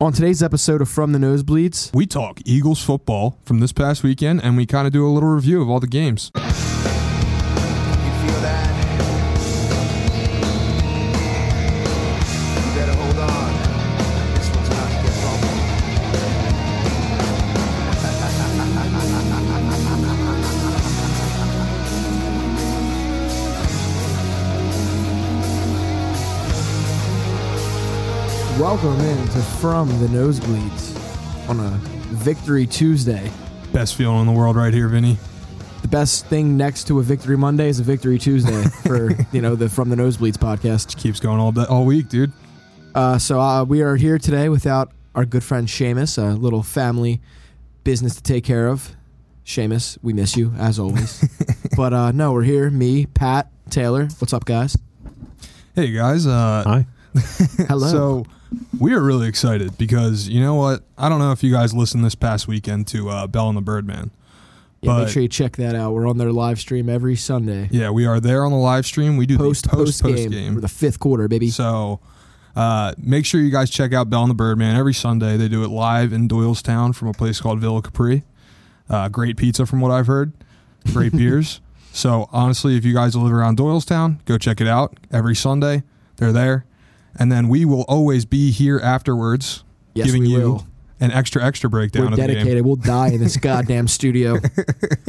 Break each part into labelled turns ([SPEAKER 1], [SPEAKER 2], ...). [SPEAKER 1] On today's episode of From the Nosebleeds,
[SPEAKER 2] We talk Eagles football from this past weekend, and we kind of do a little review of all the games.
[SPEAKER 3] You feel that? You better hold on. This one's about to get bumpy.
[SPEAKER 1] welcome in to From the Nosebleeds on a Victory Tuesday.
[SPEAKER 2] Best feeling in the world, right here, Vinny.
[SPEAKER 1] The best thing next to a Victory Monday is a Victory Tuesday for, you know, the From the Nosebleeds podcast.
[SPEAKER 2] Keeps going all day, all week, dude.
[SPEAKER 1] Uh, so uh, we are here today without our good friend Seamus, a little family business to take care of. Seamus, we miss you as always. but uh, no, we're here. Me, Pat, Taylor. What's up, guys?
[SPEAKER 2] Hey guys, uh,
[SPEAKER 4] Hi.
[SPEAKER 1] Hello.
[SPEAKER 2] So we are really excited because you know what? I don't know if you guys listened this past weekend to uh, Bell and the Birdman.
[SPEAKER 1] yeah, make
[SPEAKER 2] but-
[SPEAKER 1] sure you check that out. We're on their live stream every Sunday.
[SPEAKER 2] Yeah, we are there on the live stream. We do
[SPEAKER 1] Post
[SPEAKER 2] the
[SPEAKER 1] post
[SPEAKER 2] post post
[SPEAKER 1] game,
[SPEAKER 2] game.
[SPEAKER 1] We're the fifth quarter, baby.
[SPEAKER 2] So uh, make sure you guys check out Bell and the Birdman every Sunday. They do it live in Doylestown from a place called Villa Capri. Uh, great pizza, from what I've heard. Great beers. So honestly, if you guys live around Doylestown, go check it out every Sunday. They're there, and then we will always be here afterwards,
[SPEAKER 1] Yes,
[SPEAKER 2] giving
[SPEAKER 1] we
[SPEAKER 2] you
[SPEAKER 1] will.
[SPEAKER 2] an extra extra breakdown
[SPEAKER 1] We're
[SPEAKER 2] of the game.
[SPEAKER 1] dedicated. We'll die in this goddamn studio,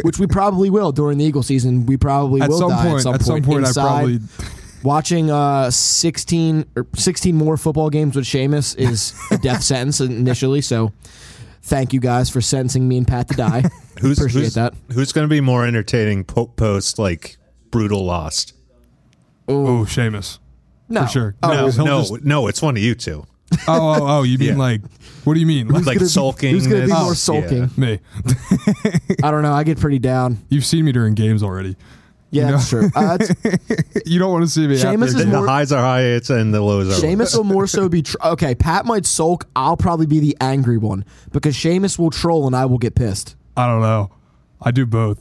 [SPEAKER 1] which we probably will during the Eagle season. We probably
[SPEAKER 2] At
[SPEAKER 1] will
[SPEAKER 2] some,
[SPEAKER 1] die
[SPEAKER 2] point,
[SPEAKER 1] at some
[SPEAKER 2] at some
[SPEAKER 1] point.
[SPEAKER 2] point,
[SPEAKER 1] inside,
[SPEAKER 2] I probably
[SPEAKER 1] Watching uh, 16 or 16 more football games with Seamus is a death sentence initially. So thank you guys for sentencing me and Pat to die.
[SPEAKER 4] Who's,
[SPEAKER 1] Appreciate
[SPEAKER 4] who's,
[SPEAKER 1] that.
[SPEAKER 4] Who's going to be more entertaining po- post like brutal lost?
[SPEAKER 2] oh Seamus.
[SPEAKER 1] No.
[SPEAKER 2] For sure.
[SPEAKER 1] Oh,
[SPEAKER 4] No,
[SPEAKER 2] Because he'll
[SPEAKER 4] no,
[SPEAKER 2] just-
[SPEAKER 4] no, it's one of you two.
[SPEAKER 2] Oh, oh, oh! You mean
[SPEAKER 4] Yeah.
[SPEAKER 2] like? What do you mean? Like
[SPEAKER 4] Like
[SPEAKER 1] gonna be-
[SPEAKER 4] sulking.
[SPEAKER 1] who's gonna be
[SPEAKER 4] this?
[SPEAKER 1] more sulking?
[SPEAKER 4] Yeah.
[SPEAKER 2] me?
[SPEAKER 1] I don't know. I get pretty down.
[SPEAKER 2] You've seen me during games already.
[SPEAKER 1] Yeah,
[SPEAKER 2] No.
[SPEAKER 1] that's true. Uh, it's-
[SPEAKER 2] you don't want to see me.
[SPEAKER 1] Seamus
[SPEAKER 2] after
[SPEAKER 1] is
[SPEAKER 4] The,
[SPEAKER 2] a game.
[SPEAKER 1] more-
[SPEAKER 4] the highs are highs and the lows are lows.
[SPEAKER 1] Seamus will more so be tr- okay. Pat might sulk. I'll probably be the angry one because Seamus will troll and I will get pissed.
[SPEAKER 2] I don't know. I do both.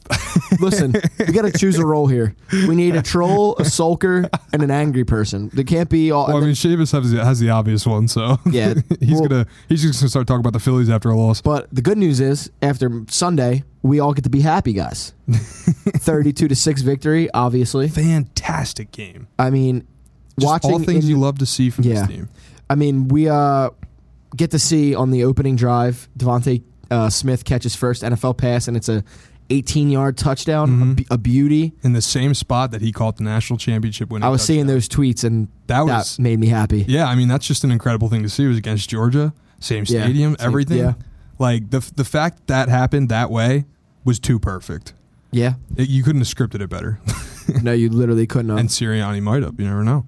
[SPEAKER 1] Listen, we got to choose a role here. We need a troll, a sulker, and an angry person. There can't be all.
[SPEAKER 2] well, I mean, Seamus has the, has the obvious one, so
[SPEAKER 1] Yeah,
[SPEAKER 2] he's
[SPEAKER 1] well-
[SPEAKER 2] gonna he's just gonna start talking about the Phillies after a loss.
[SPEAKER 1] but the good news is, after Sunday, we all get to be happy, guys. Thirty-two to six victory. Obviously,
[SPEAKER 2] Fantastic game.
[SPEAKER 1] I mean,
[SPEAKER 2] Just
[SPEAKER 1] watching
[SPEAKER 2] all things
[SPEAKER 1] in-
[SPEAKER 2] you love to see from
[SPEAKER 1] Yeah.
[SPEAKER 2] this team.
[SPEAKER 1] I mean, we uh, get to see on the opening drive, Devontae uh, Smith catches first NFL pass, and it's a 18 yard touchdown,
[SPEAKER 2] Mm-hmm.
[SPEAKER 1] a, be- a beauty.
[SPEAKER 2] In the same spot that he caught the national championship winning.
[SPEAKER 1] I was seeing
[SPEAKER 2] touchdown. Oh,
[SPEAKER 1] those tweets, and
[SPEAKER 2] That
[SPEAKER 1] that,
[SPEAKER 2] was-
[SPEAKER 1] made me happy.
[SPEAKER 2] Yeah, I mean that's just an incredible thing to see. It was against Georgia, same
[SPEAKER 1] Yeah,
[SPEAKER 2] stadium,
[SPEAKER 1] same-
[SPEAKER 2] everything.
[SPEAKER 1] yeah.
[SPEAKER 2] Like the the fact that happened that way was too perfect.
[SPEAKER 1] Yeah.
[SPEAKER 2] It, you couldn't have scripted it better.
[SPEAKER 1] no, you literally couldn't. Have.
[SPEAKER 2] and Sirianni might have. You never know.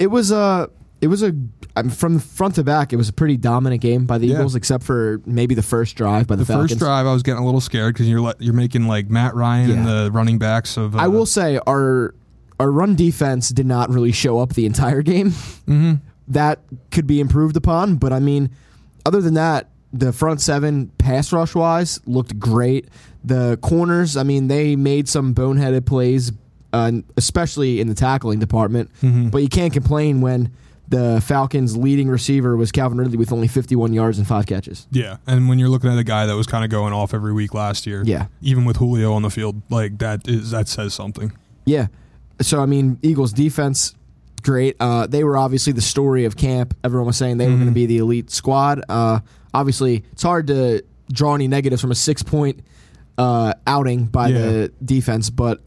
[SPEAKER 1] it was a it was a I mean, from front to back it was a pretty dominant game by the
[SPEAKER 2] Yeah.
[SPEAKER 1] Eagles except for maybe the first drive by the,
[SPEAKER 2] the
[SPEAKER 1] Falcons.
[SPEAKER 2] first drive, I was getting a little scared because you're let, you're making like Matt Ryan and
[SPEAKER 1] Yeah.
[SPEAKER 2] the running backs of. Uh,
[SPEAKER 1] I will say our our run defense did not really show up the entire game.
[SPEAKER 2] Mm-hmm.
[SPEAKER 1] That could be improved upon, but I mean, other than that, the front seven pass rush wise looked great. The corners, I mean, they made some boneheaded plays, uh, especially in the tackling department.
[SPEAKER 2] Mm-hmm.
[SPEAKER 1] But you can't complain when the Falcons' leading receiver was Calvin Ridley with only 51 yards and five catches.
[SPEAKER 2] Yeah, and when you're looking at a guy that was kind of going off every week last year,
[SPEAKER 1] Yeah.
[SPEAKER 2] even with Julio on the field, like that is that says something.
[SPEAKER 1] Yeah. So I mean, Eagles defense, great. Uh, they were obviously the story of camp. Everyone was saying they
[SPEAKER 2] Mm-hmm.
[SPEAKER 1] were going to be the elite squad. Uh, obviously, it's hard to draw any negatives from a six point uh, outing by the defense, but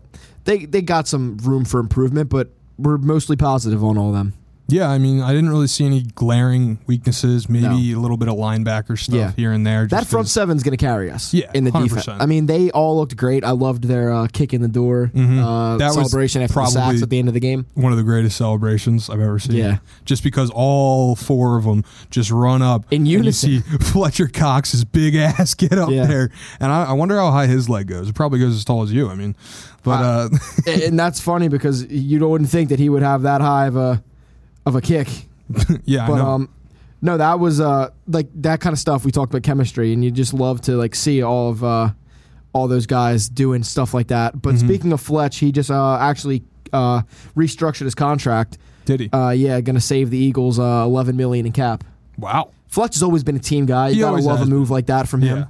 [SPEAKER 1] they they got some room for improvement. But we're mostly positive on all of them.
[SPEAKER 2] Yeah, I mean, I didn't really see any glaring weaknesses. Maybe a little bit of linebacker stuff
[SPEAKER 1] Yeah.
[SPEAKER 2] here and there.
[SPEAKER 1] That
[SPEAKER 2] just
[SPEAKER 1] front
[SPEAKER 2] 'cause-
[SPEAKER 1] seven's going to carry us.
[SPEAKER 2] Yeah,
[SPEAKER 1] in the defense.
[SPEAKER 2] 100%.
[SPEAKER 1] I mean, they all looked great. I loved their uh, kick in the door uh,
[SPEAKER 2] Mm-hmm. That was
[SPEAKER 1] celebration after the sacks
[SPEAKER 2] probably-
[SPEAKER 1] at the end of the game.
[SPEAKER 2] one of the greatest celebrations I've ever seen.
[SPEAKER 1] Yeah.
[SPEAKER 2] Just because all four of them just run up
[SPEAKER 1] In
[SPEAKER 2] and you
[SPEAKER 1] unison.
[SPEAKER 2] see Fletcher Cox's big ass get up
[SPEAKER 1] Yeah.
[SPEAKER 2] there, and I, I wonder how high his leg goes. It probably goes as tall as you. I mean, but uh,
[SPEAKER 1] A- and that's funny because you wouldn't think that he would have that high of a of a kick.
[SPEAKER 2] yeah, I
[SPEAKER 1] But
[SPEAKER 2] know.
[SPEAKER 1] um, no, that was uh like that kind of stuff we talked about chemistry, and you just love to like see all of uh all those guys doing stuff like that.
[SPEAKER 2] Mm-hmm.
[SPEAKER 1] But speaking of Fletch, he just uh actually uh restructured his contract.
[SPEAKER 2] did he?
[SPEAKER 1] Uh, yeah, gonna save the Eagles uh, eleven uh, million in cap.
[SPEAKER 2] wow.
[SPEAKER 1] Fletch has always been a team guy.
[SPEAKER 2] He
[SPEAKER 1] You gotta
[SPEAKER 2] always
[SPEAKER 1] love a
[SPEAKER 2] has
[SPEAKER 1] move like that from
[SPEAKER 2] Yeah.
[SPEAKER 1] him.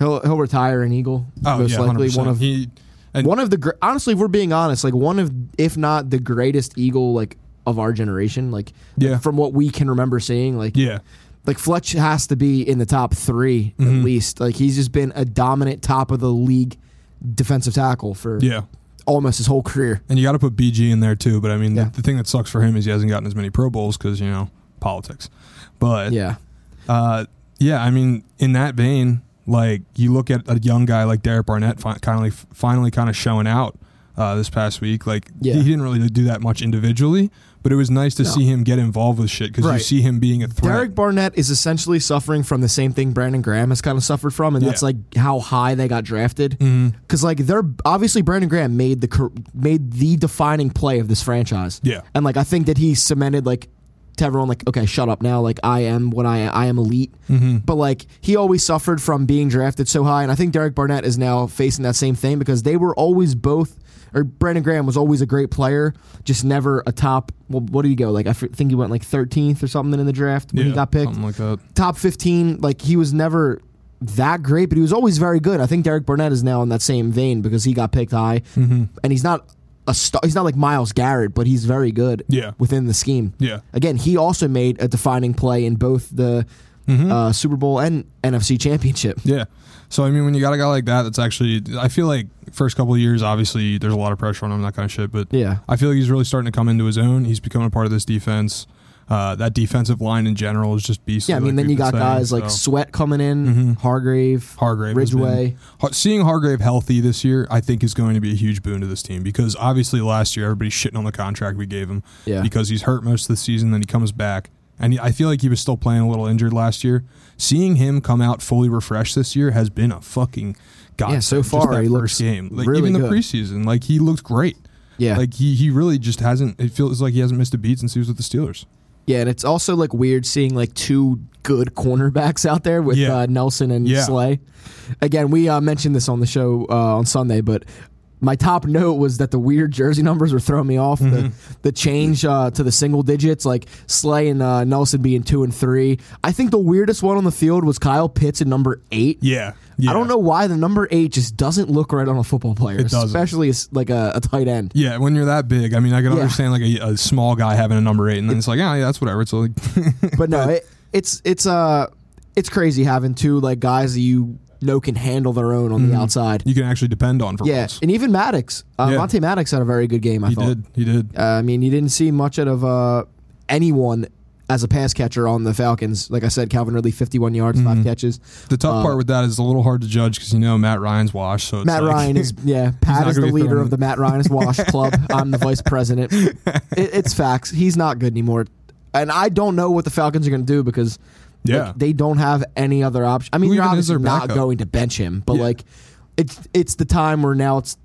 [SPEAKER 1] He'll he'll retire an Eagle
[SPEAKER 2] Oh
[SPEAKER 1] most
[SPEAKER 2] yeah,
[SPEAKER 1] likely
[SPEAKER 2] 100%.
[SPEAKER 1] one of
[SPEAKER 2] he, and
[SPEAKER 1] one of the gr- honestly, if we're being honest, like one of if not the greatest Eagle like of our generation, like
[SPEAKER 2] Yeah.
[SPEAKER 1] from what we can remember seeing, like
[SPEAKER 2] yeah,
[SPEAKER 1] like Fletch has to be in the top 3
[SPEAKER 2] Mm-hmm.
[SPEAKER 1] at least. Like he's just been a dominant top of the league defensive tackle for
[SPEAKER 2] yeah.
[SPEAKER 1] almost his whole career.
[SPEAKER 2] And you got to put BG in there too. But I mean,
[SPEAKER 1] Yeah.
[SPEAKER 2] the, the thing that sucks for him is he hasn't gotten as many Pro Bowls because you know politics. But yeah.
[SPEAKER 1] Yeah,
[SPEAKER 2] Uh, yeah, I mean, in that vein, like you look at a young guy like Derek Barnett, fi- finally, finally, kind of showing out uh, this past week. Like
[SPEAKER 1] Yeah.
[SPEAKER 2] he didn't really do that much individually, but it was nice to
[SPEAKER 1] No.
[SPEAKER 2] see him get involved with shit because you
[SPEAKER 1] Right.
[SPEAKER 2] see him being a threat.
[SPEAKER 1] Derek Barnett is essentially suffering from the same thing Brandon Graham has kind of suffered from, and that's
[SPEAKER 2] Yeah.
[SPEAKER 1] like how high they got drafted.
[SPEAKER 2] Mm-hmm.
[SPEAKER 1] Because like they're obviously Brandon Graham made the cor- made the defining play of this franchise.
[SPEAKER 2] Yeah.
[SPEAKER 1] and like I think that he cemented like to everyone like okay, shut up now. Like I am what I I am elite.
[SPEAKER 2] Mm-hmm.
[SPEAKER 1] But like he always suffered from being drafted so high, and I think Derek Barnett is now facing that same thing because they were always both. Or Brandon Graham was always a great player, just never a top. Well, what did he go? Like I f- think he went like 13th or something in the draft when
[SPEAKER 2] yeah,
[SPEAKER 1] he got picked
[SPEAKER 2] something like that.
[SPEAKER 1] top 15 like he was never that great but he was always very good i think derek burnett is now in that same vein because he got picked high
[SPEAKER 2] Mm-hmm.
[SPEAKER 1] and he's not a star he's not like miles garrett but he's very good
[SPEAKER 2] Yeah.
[SPEAKER 1] within the scheme
[SPEAKER 2] Yeah,
[SPEAKER 1] again he also made a defining play in both the
[SPEAKER 2] Mm-hmm.
[SPEAKER 1] uh, super bowl and nfc championship
[SPEAKER 2] Yeah. So I mean, when you got a guy like that, that's actually I feel like first couple of years, obviously there's a lot of pressure on him, that kind of shit. But
[SPEAKER 1] Yeah.
[SPEAKER 2] I feel like he's really starting to come into his own. He's becoming a part of this defense. Uh, that defensive line in general is just beastly.
[SPEAKER 1] yeah i mean
[SPEAKER 2] like
[SPEAKER 1] then you
[SPEAKER 2] we've
[SPEAKER 1] got
[SPEAKER 2] been saying,
[SPEAKER 1] guys like
[SPEAKER 2] so. Mm-hmm.
[SPEAKER 1] sweat coming in hargrave
[SPEAKER 2] Hargrave, has
[SPEAKER 1] ridgeway
[SPEAKER 2] been- Har- seeing Hargrave healthy this year, I think is going to be a huge boon to this team because obviously last year everybody's shitting on the contract we gave him
[SPEAKER 1] Yeah.
[SPEAKER 2] because he's hurt most of the season. Then he comes back, and he, I feel like he was still playing a little injured last year. Seeing him come out fully refreshed this year has been a fucking godsend.
[SPEAKER 1] so
[SPEAKER 2] just
[SPEAKER 1] far,
[SPEAKER 2] that
[SPEAKER 1] he
[SPEAKER 2] first
[SPEAKER 1] looks
[SPEAKER 2] game, like
[SPEAKER 1] really
[SPEAKER 2] even the
[SPEAKER 1] good.
[SPEAKER 2] preseason, like he looked great.
[SPEAKER 1] yeah
[SPEAKER 2] Like he, he really just hasn't. It feels like he hasn't missed a beat since he was with the Steelers.
[SPEAKER 1] Yeah, and it's also like weird seeing like two good cornerbacks out there with
[SPEAKER 2] Yeah.
[SPEAKER 1] uh, Nelson and
[SPEAKER 2] Yeah.
[SPEAKER 1] Slay. Again, we uh, mentioned this on the show uh, on Sunday, but my top note was that the weird jersey numbers were throwing me off. The
[SPEAKER 2] Mm-hmm.
[SPEAKER 1] the change uh, to the single digits, like Slay and uh, Nelson being two and three. I think the weirdest one on the field was Kyle Pitts at number eight.
[SPEAKER 2] Yeah,
[SPEAKER 1] I don't know why the number eight just doesn't look right on a football player,
[SPEAKER 2] It doesn't.
[SPEAKER 1] especially as, like a, a tight end.
[SPEAKER 2] Yeah, when you're that big, I mean, I can
[SPEAKER 1] Yeah.
[SPEAKER 2] understand like a, a small guy having a number eight, and then it's like, oh, yeah, that's whatever. It's like,
[SPEAKER 1] but no, it, it's it's uh it's crazy having two like guys that you know can handle their own on the outside.
[SPEAKER 2] you can actually depend on for
[SPEAKER 1] Yeah,
[SPEAKER 2] once.
[SPEAKER 1] and even Maddox, uh,
[SPEAKER 2] Mm-hmm. Yeah.
[SPEAKER 1] Monte Maddox had a very good game. I
[SPEAKER 2] He
[SPEAKER 1] thought.
[SPEAKER 2] did. He did.
[SPEAKER 1] Uh, I mean, you didn't see much out of uh, anyone as a pass catcher on the Falcons. Like I said, Calvin Ridley, fifty-one yards, five
[SPEAKER 2] Mm-hmm.
[SPEAKER 1] catches.
[SPEAKER 2] The tough part with that is a little hard to judge because you know Matt Ryan's washed. So it's
[SPEAKER 1] Um, Matt
[SPEAKER 2] like-
[SPEAKER 1] Ryan is yeah. Pat
[SPEAKER 2] not
[SPEAKER 1] is the
[SPEAKER 2] gonna be
[SPEAKER 1] leader
[SPEAKER 2] throwing-
[SPEAKER 1] of the Matt Ryan is Wash Club. I'm the vice president. It, it's facts. He's not good anymore, and I don't know what the Falcons are going to do because like,
[SPEAKER 2] Yeah.
[SPEAKER 1] they don't have any other option. I mean,
[SPEAKER 2] Who
[SPEAKER 1] you're
[SPEAKER 2] even is
[SPEAKER 1] obviously
[SPEAKER 2] their
[SPEAKER 1] not
[SPEAKER 2] backup?
[SPEAKER 1] going to bench him, but
[SPEAKER 2] Yeah.
[SPEAKER 1] like it's it's the time where now it's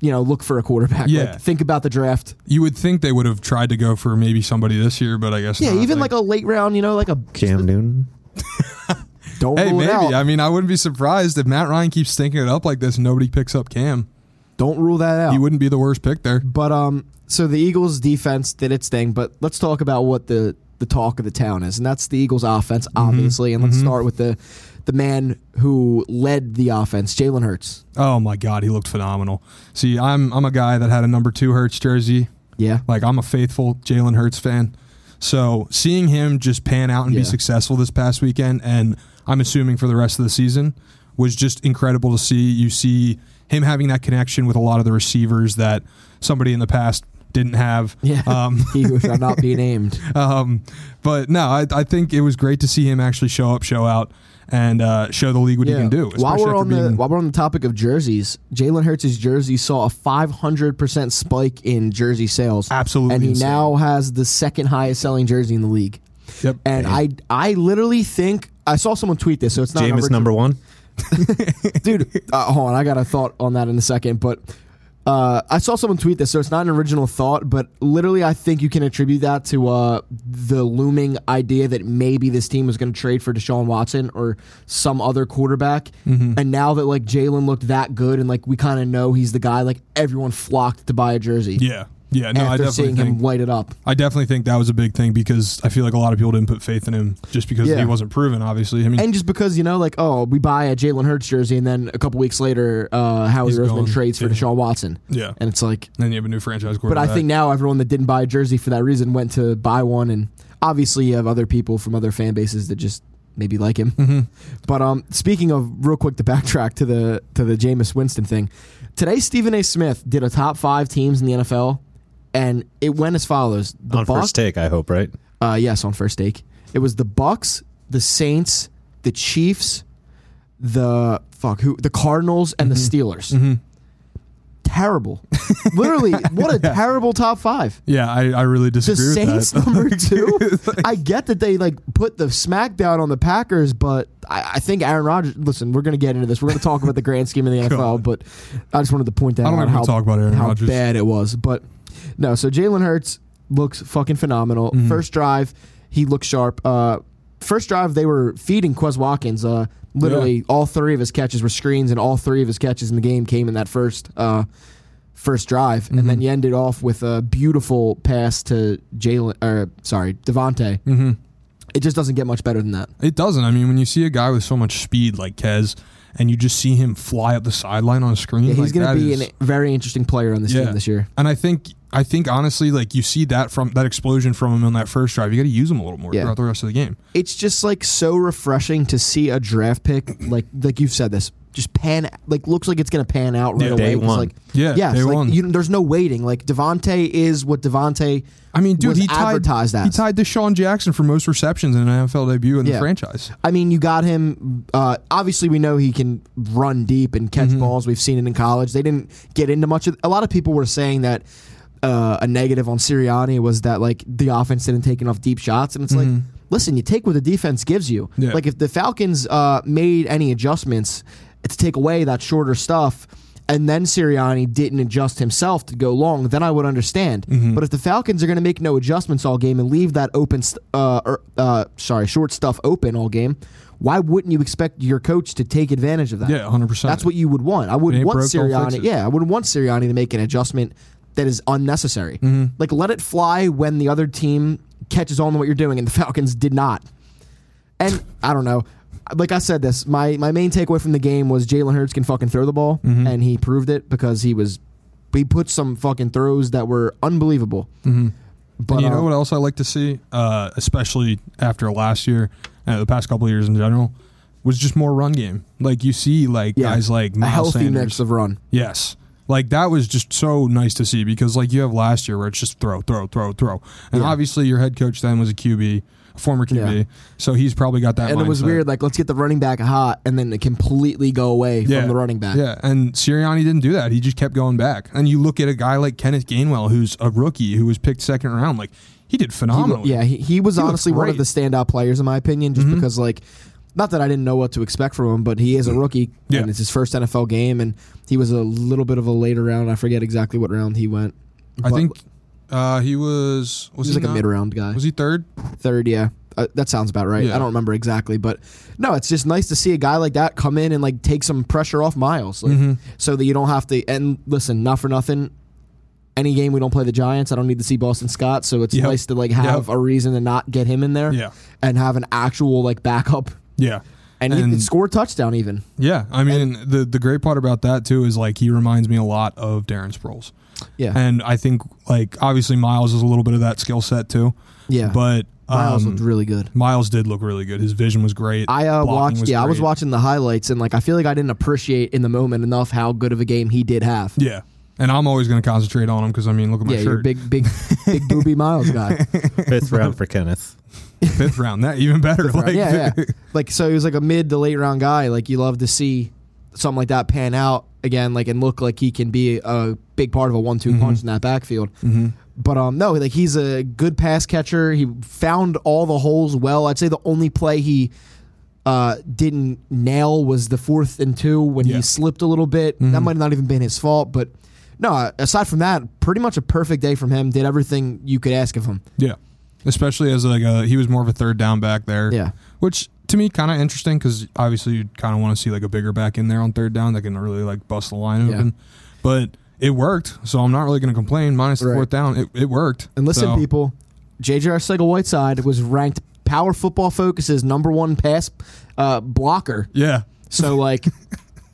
[SPEAKER 1] you know look for a quarterback.
[SPEAKER 2] Yeah.
[SPEAKER 1] Like, think about the draft.
[SPEAKER 2] you would think they would have tried to go for maybe somebody this year, but I guess
[SPEAKER 1] Yeah,
[SPEAKER 2] not.
[SPEAKER 1] even like a late round, you know, like a
[SPEAKER 4] Cam Newton.
[SPEAKER 1] don't
[SPEAKER 2] hey,
[SPEAKER 1] rule it
[SPEAKER 2] maybe.
[SPEAKER 1] out.
[SPEAKER 2] I mean, I wouldn't be surprised if Matt Ryan keeps stinking it up like this. and Nobody picks up Cam.
[SPEAKER 1] don't rule that out.
[SPEAKER 2] He wouldn't be the worst pick there.
[SPEAKER 1] But um, so the Eagles' defense did its thing, but let's talk about what the the talk of the town is, and that's the Eagles' offense,
[SPEAKER 2] Mm-hmm.
[SPEAKER 1] obviously. And let's start with the the man who led the offense, Jalen Hurts.
[SPEAKER 2] Oh my God, he looked phenomenal. See, I'm I'm a guy that had a number two Hertz jersey
[SPEAKER 1] Yeah,
[SPEAKER 2] Like I'm a faithful Jalen Hurts fan. So seeing him just pan out and be
[SPEAKER 1] Yeah.
[SPEAKER 2] successful this past weekend, and I'm assuming for the rest of the season, was just incredible to see. You see him having that connection with a lot of the receivers that somebody in the past didn't have.
[SPEAKER 1] yeah.
[SPEAKER 2] Um,
[SPEAKER 1] he who shall not be named.
[SPEAKER 2] um, but no, I, I think it was great to see him actually show up, show out, and uh, show the league what
[SPEAKER 1] Yeah.
[SPEAKER 2] he can do.
[SPEAKER 1] while
[SPEAKER 2] especially
[SPEAKER 1] we're
[SPEAKER 2] after
[SPEAKER 1] on the
[SPEAKER 2] being-
[SPEAKER 1] while we're on the topic of jerseys, Jalen Hurts' jersey saw a 500 percent spike in jersey sales.
[SPEAKER 2] Absolutely
[SPEAKER 1] and he
[SPEAKER 2] insane.
[SPEAKER 1] now has the second highest selling jersey in the league.
[SPEAKER 2] Yep.
[SPEAKER 1] And I I literally think I saw someone tweet this, so it's not
[SPEAKER 4] Jameis
[SPEAKER 1] number
[SPEAKER 4] number one.
[SPEAKER 1] dude. Uh, hold on, I got a thought on that in a second, but uh, I saw someone tweet this, so it's not an original thought, but literally, I think you can attribute that to uh, the looming idea that maybe this team was going to trade for Deshaun Watson or some other quarterback,
[SPEAKER 2] Mm-hmm.
[SPEAKER 1] and now that like Jalen looked that good, and like we kind of know he's the guy, like everyone flocked to buy a jersey.
[SPEAKER 2] yeah, Yeah, no, I
[SPEAKER 1] after
[SPEAKER 2] definitely
[SPEAKER 1] seeing him
[SPEAKER 2] think
[SPEAKER 1] light it up.
[SPEAKER 2] I definitely think that was a big thing because I feel like a lot of people didn't put faith in him just because
[SPEAKER 1] Yeah.
[SPEAKER 2] he wasn't proven. Obviously, I mean,
[SPEAKER 1] And just because, you know, like, oh, we buy a Jalen Hurts jersey, and then a couple weeks later, uh, Howie
[SPEAKER 2] He's
[SPEAKER 1] Roseman
[SPEAKER 2] gone.
[SPEAKER 1] trades for
[SPEAKER 2] Yeah.
[SPEAKER 1] Deshaun Watson.
[SPEAKER 2] yeah,
[SPEAKER 1] And it's like,
[SPEAKER 2] then you have a new franchise
[SPEAKER 1] but
[SPEAKER 2] quarterback.
[SPEAKER 1] I think now everyone that didn't buy a jersey for that reason went to buy one. And obviously, you have other people from other fan bases that just maybe like him.
[SPEAKER 4] Mm-hmm.
[SPEAKER 1] But um, speaking of, real quick, to backtrack to the to the Jameis Winston thing, today Stephen A. Smith did a top five teams in the NFL, and it went as follows: the
[SPEAKER 4] on
[SPEAKER 1] Bucs-
[SPEAKER 4] first take, I hope, right?
[SPEAKER 1] Uh, yes, on first take. It was the Bucks, the Saints, the Chiefs, the fuck who, the Cardinals, and
[SPEAKER 2] Mm-hmm.
[SPEAKER 1] the Steelers. Terrible. Literally, what a terrible top five.
[SPEAKER 2] yeah, I, I really
[SPEAKER 1] The
[SPEAKER 2] disagree with
[SPEAKER 1] Saints
[SPEAKER 2] that.
[SPEAKER 1] number two. I get that they like put the smackdown on the Packers, but I, I think Aaron Rodgers. Listen, we're gonna get into this. We're gonna talk about the grand scheme of the NFL,
[SPEAKER 2] God.
[SPEAKER 1] but I just wanted to point that
[SPEAKER 2] I don't
[SPEAKER 1] out
[SPEAKER 2] even
[SPEAKER 1] how
[SPEAKER 2] talk about Aaron
[SPEAKER 1] how
[SPEAKER 2] Rodgers.
[SPEAKER 1] bad it was. But no, so Jalen Hurts looks fucking phenomenal.
[SPEAKER 2] Mm-hmm.
[SPEAKER 1] First drive, he looked sharp. Uh, first drive, they were feeding Quez Watkins. Uh, literally,
[SPEAKER 2] Yeah.
[SPEAKER 1] all three of his catches were screens, and all three of his catches in the game came in that first uh, first drive. And
[SPEAKER 2] Mm-hmm.
[SPEAKER 1] then you ended off with a beautiful pass to Jalen, or sorry, Devontae.
[SPEAKER 2] Mhm.
[SPEAKER 1] It just doesn't get much better than that.
[SPEAKER 2] It doesn't. I mean, when you see a guy with so much speed like Kez, and you just see him fly up the sideline on a screen,
[SPEAKER 1] Yeah, he's
[SPEAKER 2] like,
[SPEAKER 1] going
[SPEAKER 2] that
[SPEAKER 1] to be
[SPEAKER 2] is-
[SPEAKER 1] a very interesting player on this
[SPEAKER 2] Yeah.
[SPEAKER 1] team this year.
[SPEAKER 2] And I think I think honestly, like you see that from that explosion from him on that first drive, you got to use him a little more
[SPEAKER 1] Yeah.
[SPEAKER 2] throughout the rest of the game.
[SPEAKER 1] it's just like so refreshing to see a draft pick like like you've said this just pan like looks like it's gonna pan out right
[SPEAKER 4] Yeah,
[SPEAKER 1] away.
[SPEAKER 4] day
[SPEAKER 1] It's
[SPEAKER 4] one.
[SPEAKER 1] like
[SPEAKER 2] Yeah,
[SPEAKER 1] yes,
[SPEAKER 2] day
[SPEAKER 1] like,
[SPEAKER 2] one.
[SPEAKER 1] You, there's no waiting. Like Devonte is what Devonte.
[SPEAKER 2] I mean, dude,
[SPEAKER 1] was
[SPEAKER 2] he tied
[SPEAKER 1] advertised as.
[SPEAKER 2] he tied Deshaun Jackson for most receptions in an NFL debut in
[SPEAKER 1] Yeah. Uh,
[SPEAKER 2] the franchise.
[SPEAKER 1] I mean, you got him. Uh, obviously, we know he can run deep and
[SPEAKER 2] Mm-hmm.
[SPEAKER 1] catch balls. We've seen it in college. They didn't get into much of. A lot of people were saying that uh, a negative on Sirianni was that like the offense didn't take enough deep shots, and it's like, listen, you take what the defense gives you.
[SPEAKER 2] Mm-hmm. Yeah.
[SPEAKER 1] Like if the Falcons uh, made any adjustments to take away that shorter stuff. And then Sirianni didn't adjust himself to go long. Then I would understand. But if the Falcons are going to make no adjustments all game and leave that open, st- uh, or, uh, sorry, short stuff open all game, why wouldn't you expect your coach to take advantage of that?
[SPEAKER 2] Yeah, hundred percent.
[SPEAKER 1] That's what you would want. I
[SPEAKER 2] It
[SPEAKER 1] wouldn't
[SPEAKER 2] ain't
[SPEAKER 1] want
[SPEAKER 2] broke, don't fix
[SPEAKER 1] Sirianni.
[SPEAKER 2] it.
[SPEAKER 1] Yeah, I wouldn't want Sirianni to make an adjustment that is unnecessary.
[SPEAKER 2] Mm-hmm.
[SPEAKER 1] Like let it fly when the other team catches on to what you're doing, and the Falcons did not. And I don't know. Like I said, this my my main takeaway from the game was Jalen Hurts can fucking throw the ball,
[SPEAKER 2] Mm-hmm.
[SPEAKER 1] and he proved it because he was he put some fucking throws that were unbelievable. But
[SPEAKER 2] Mm-hmm. And you know
[SPEAKER 1] um,
[SPEAKER 2] what else I like to see, uh, especially after last year, uh, the past couple of years in general, was just more run game. Like you see, like
[SPEAKER 1] Yeah.
[SPEAKER 2] guys like
[SPEAKER 1] a
[SPEAKER 2] Miles
[SPEAKER 1] healthy
[SPEAKER 2] Sanders.
[SPEAKER 1] mix of run.
[SPEAKER 2] yes, like that was just so nice to see because like you have last year where it's just throw, throw, throw, throw, and
[SPEAKER 1] Yeah.
[SPEAKER 2] obviously your head coach then was a QB, a former QB,
[SPEAKER 1] Yeah.
[SPEAKER 2] so he's probably got that.
[SPEAKER 1] And it was
[SPEAKER 2] mindset.
[SPEAKER 1] weird, like let's get the running back hot, and then it completely go away from the running back.
[SPEAKER 2] Yeah, and Sirianni didn't do that. He just kept going back. And you look at a guy like Kenneth Gainwell, who's a rookie who was picked second round. Like he did
[SPEAKER 1] He
[SPEAKER 2] phenomenally.
[SPEAKER 1] lo- yeah, he, he was
[SPEAKER 2] He looked
[SPEAKER 1] honestly one of
[SPEAKER 2] great. Mm-hmm.
[SPEAKER 1] the standout players in my opinion, just because like, not that I didn't know what to expect from him, but he is a rookie
[SPEAKER 2] Yeah.
[SPEAKER 1] and it's his first NFL game, and he was a little bit of a later round. I forget exactly what round he went.
[SPEAKER 2] I
[SPEAKER 1] But
[SPEAKER 2] think
[SPEAKER 1] he
[SPEAKER 2] uh, he was
[SPEAKER 1] was
[SPEAKER 2] was he
[SPEAKER 1] like a
[SPEAKER 2] not-
[SPEAKER 1] mid round guy,
[SPEAKER 2] Was he third?
[SPEAKER 1] third. Yeah, uh, that sounds about right.
[SPEAKER 2] Yeah.
[SPEAKER 1] I don't remember exactly, but no, it's just nice to see a guy like that come in and like take some pressure off Miles, like,
[SPEAKER 2] Mm-hmm.
[SPEAKER 1] so that you don't have to. And listen, not for nothing. Any game we don't play the Giants, I don't need to see Boston Scott, so it's
[SPEAKER 2] Yep.
[SPEAKER 1] nice to like have
[SPEAKER 2] Yep.
[SPEAKER 1] a reason to not get him in there.
[SPEAKER 2] Yeah.
[SPEAKER 1] and have an actual like backup
[SPEAKER 2] Yeah.
[SPEAKER 1] and, he could score a touchdown even.
[SPEAKER 2] yeah, I mean the the great part about that too is like he reminds me a lot of Darren Sproles.
[SPEAKER 1] Yeah,
[SPEAKER 2] And I think like obviously Miles is a little bit of that skill set too.
[SPEAKER 1] yeah.
[SPEAKER 2] But um,
[SPEAKER 1] Miles looked really good.
[SPEAKER 2] Miles did look really good. His vision was great.
[SPEAKER 1] I uh,
[SPEAKER 2] Blocking
[SPEAKER 1] watched. yeah, I was
[SPEAKER 2] great.
[SPEAKER 1] watching the highlights and like I feel like I didn't appreciate in the moment enough how good of a game he did have.
[SPEAKER 2] Yeah. And I'm always going to concentrate on him because I mean, look at my
[SPEAKER 1] Yeah,
[SPEAKER 2] shirt.
[SPEAKER 1] you're a big, big, big booby Miles guy.
[SPEAKER 4] Fifth round for Kenneth.
[SPEAKER 2] fifth round. That even better. Like,
[SPEAKER 1] yeah, yeah. Like so, he was like a mid to late round guy. Like you love to see something like that pan out again, like and look like he can be a big part of a one-two
[SPEAKER 2] Mm-hmm.
[SPEAKER 1] punch in that backfield. But um, no, like he's a good pass catcher. He found all the holes well. I'd say the only play he uh, didn't nail was the fourth and two when
[SPEAKER 2] Yeah. Mm-hmm.
[SPEAKER 1] he slipped a little bit. That might have not even been his fault, but. No, aside from that, pretty much a perfect day from him. Did everything you could ask of him.
[SPEAKER 2] Yeah. Especially as like a he was more of a third down back there.
[SPEAKER 1] Yeah.
[SPEAKER 2] Which to me kind of interesting because obviously you kind of want to see like a bigger back in there on third down that can really like bust the line
[SPEAKER 1] Yeah.
[SPEAKER 2] open. But it worked, so I'm not really going to complain. Minus the
[SPEAKER 1] Right.
[SPEAKER 2] fourth down, it, it worked.
[SPEAKER 1] And listen,
[SPEAKER 2] So,
[SPEAKER 1] people, J.J. Arcega-Whiteside was ranked Power Football Focus's number one pass uh, blocker.
[SPEAKER 2] Yeah,
[SPEAKER 1] So, like,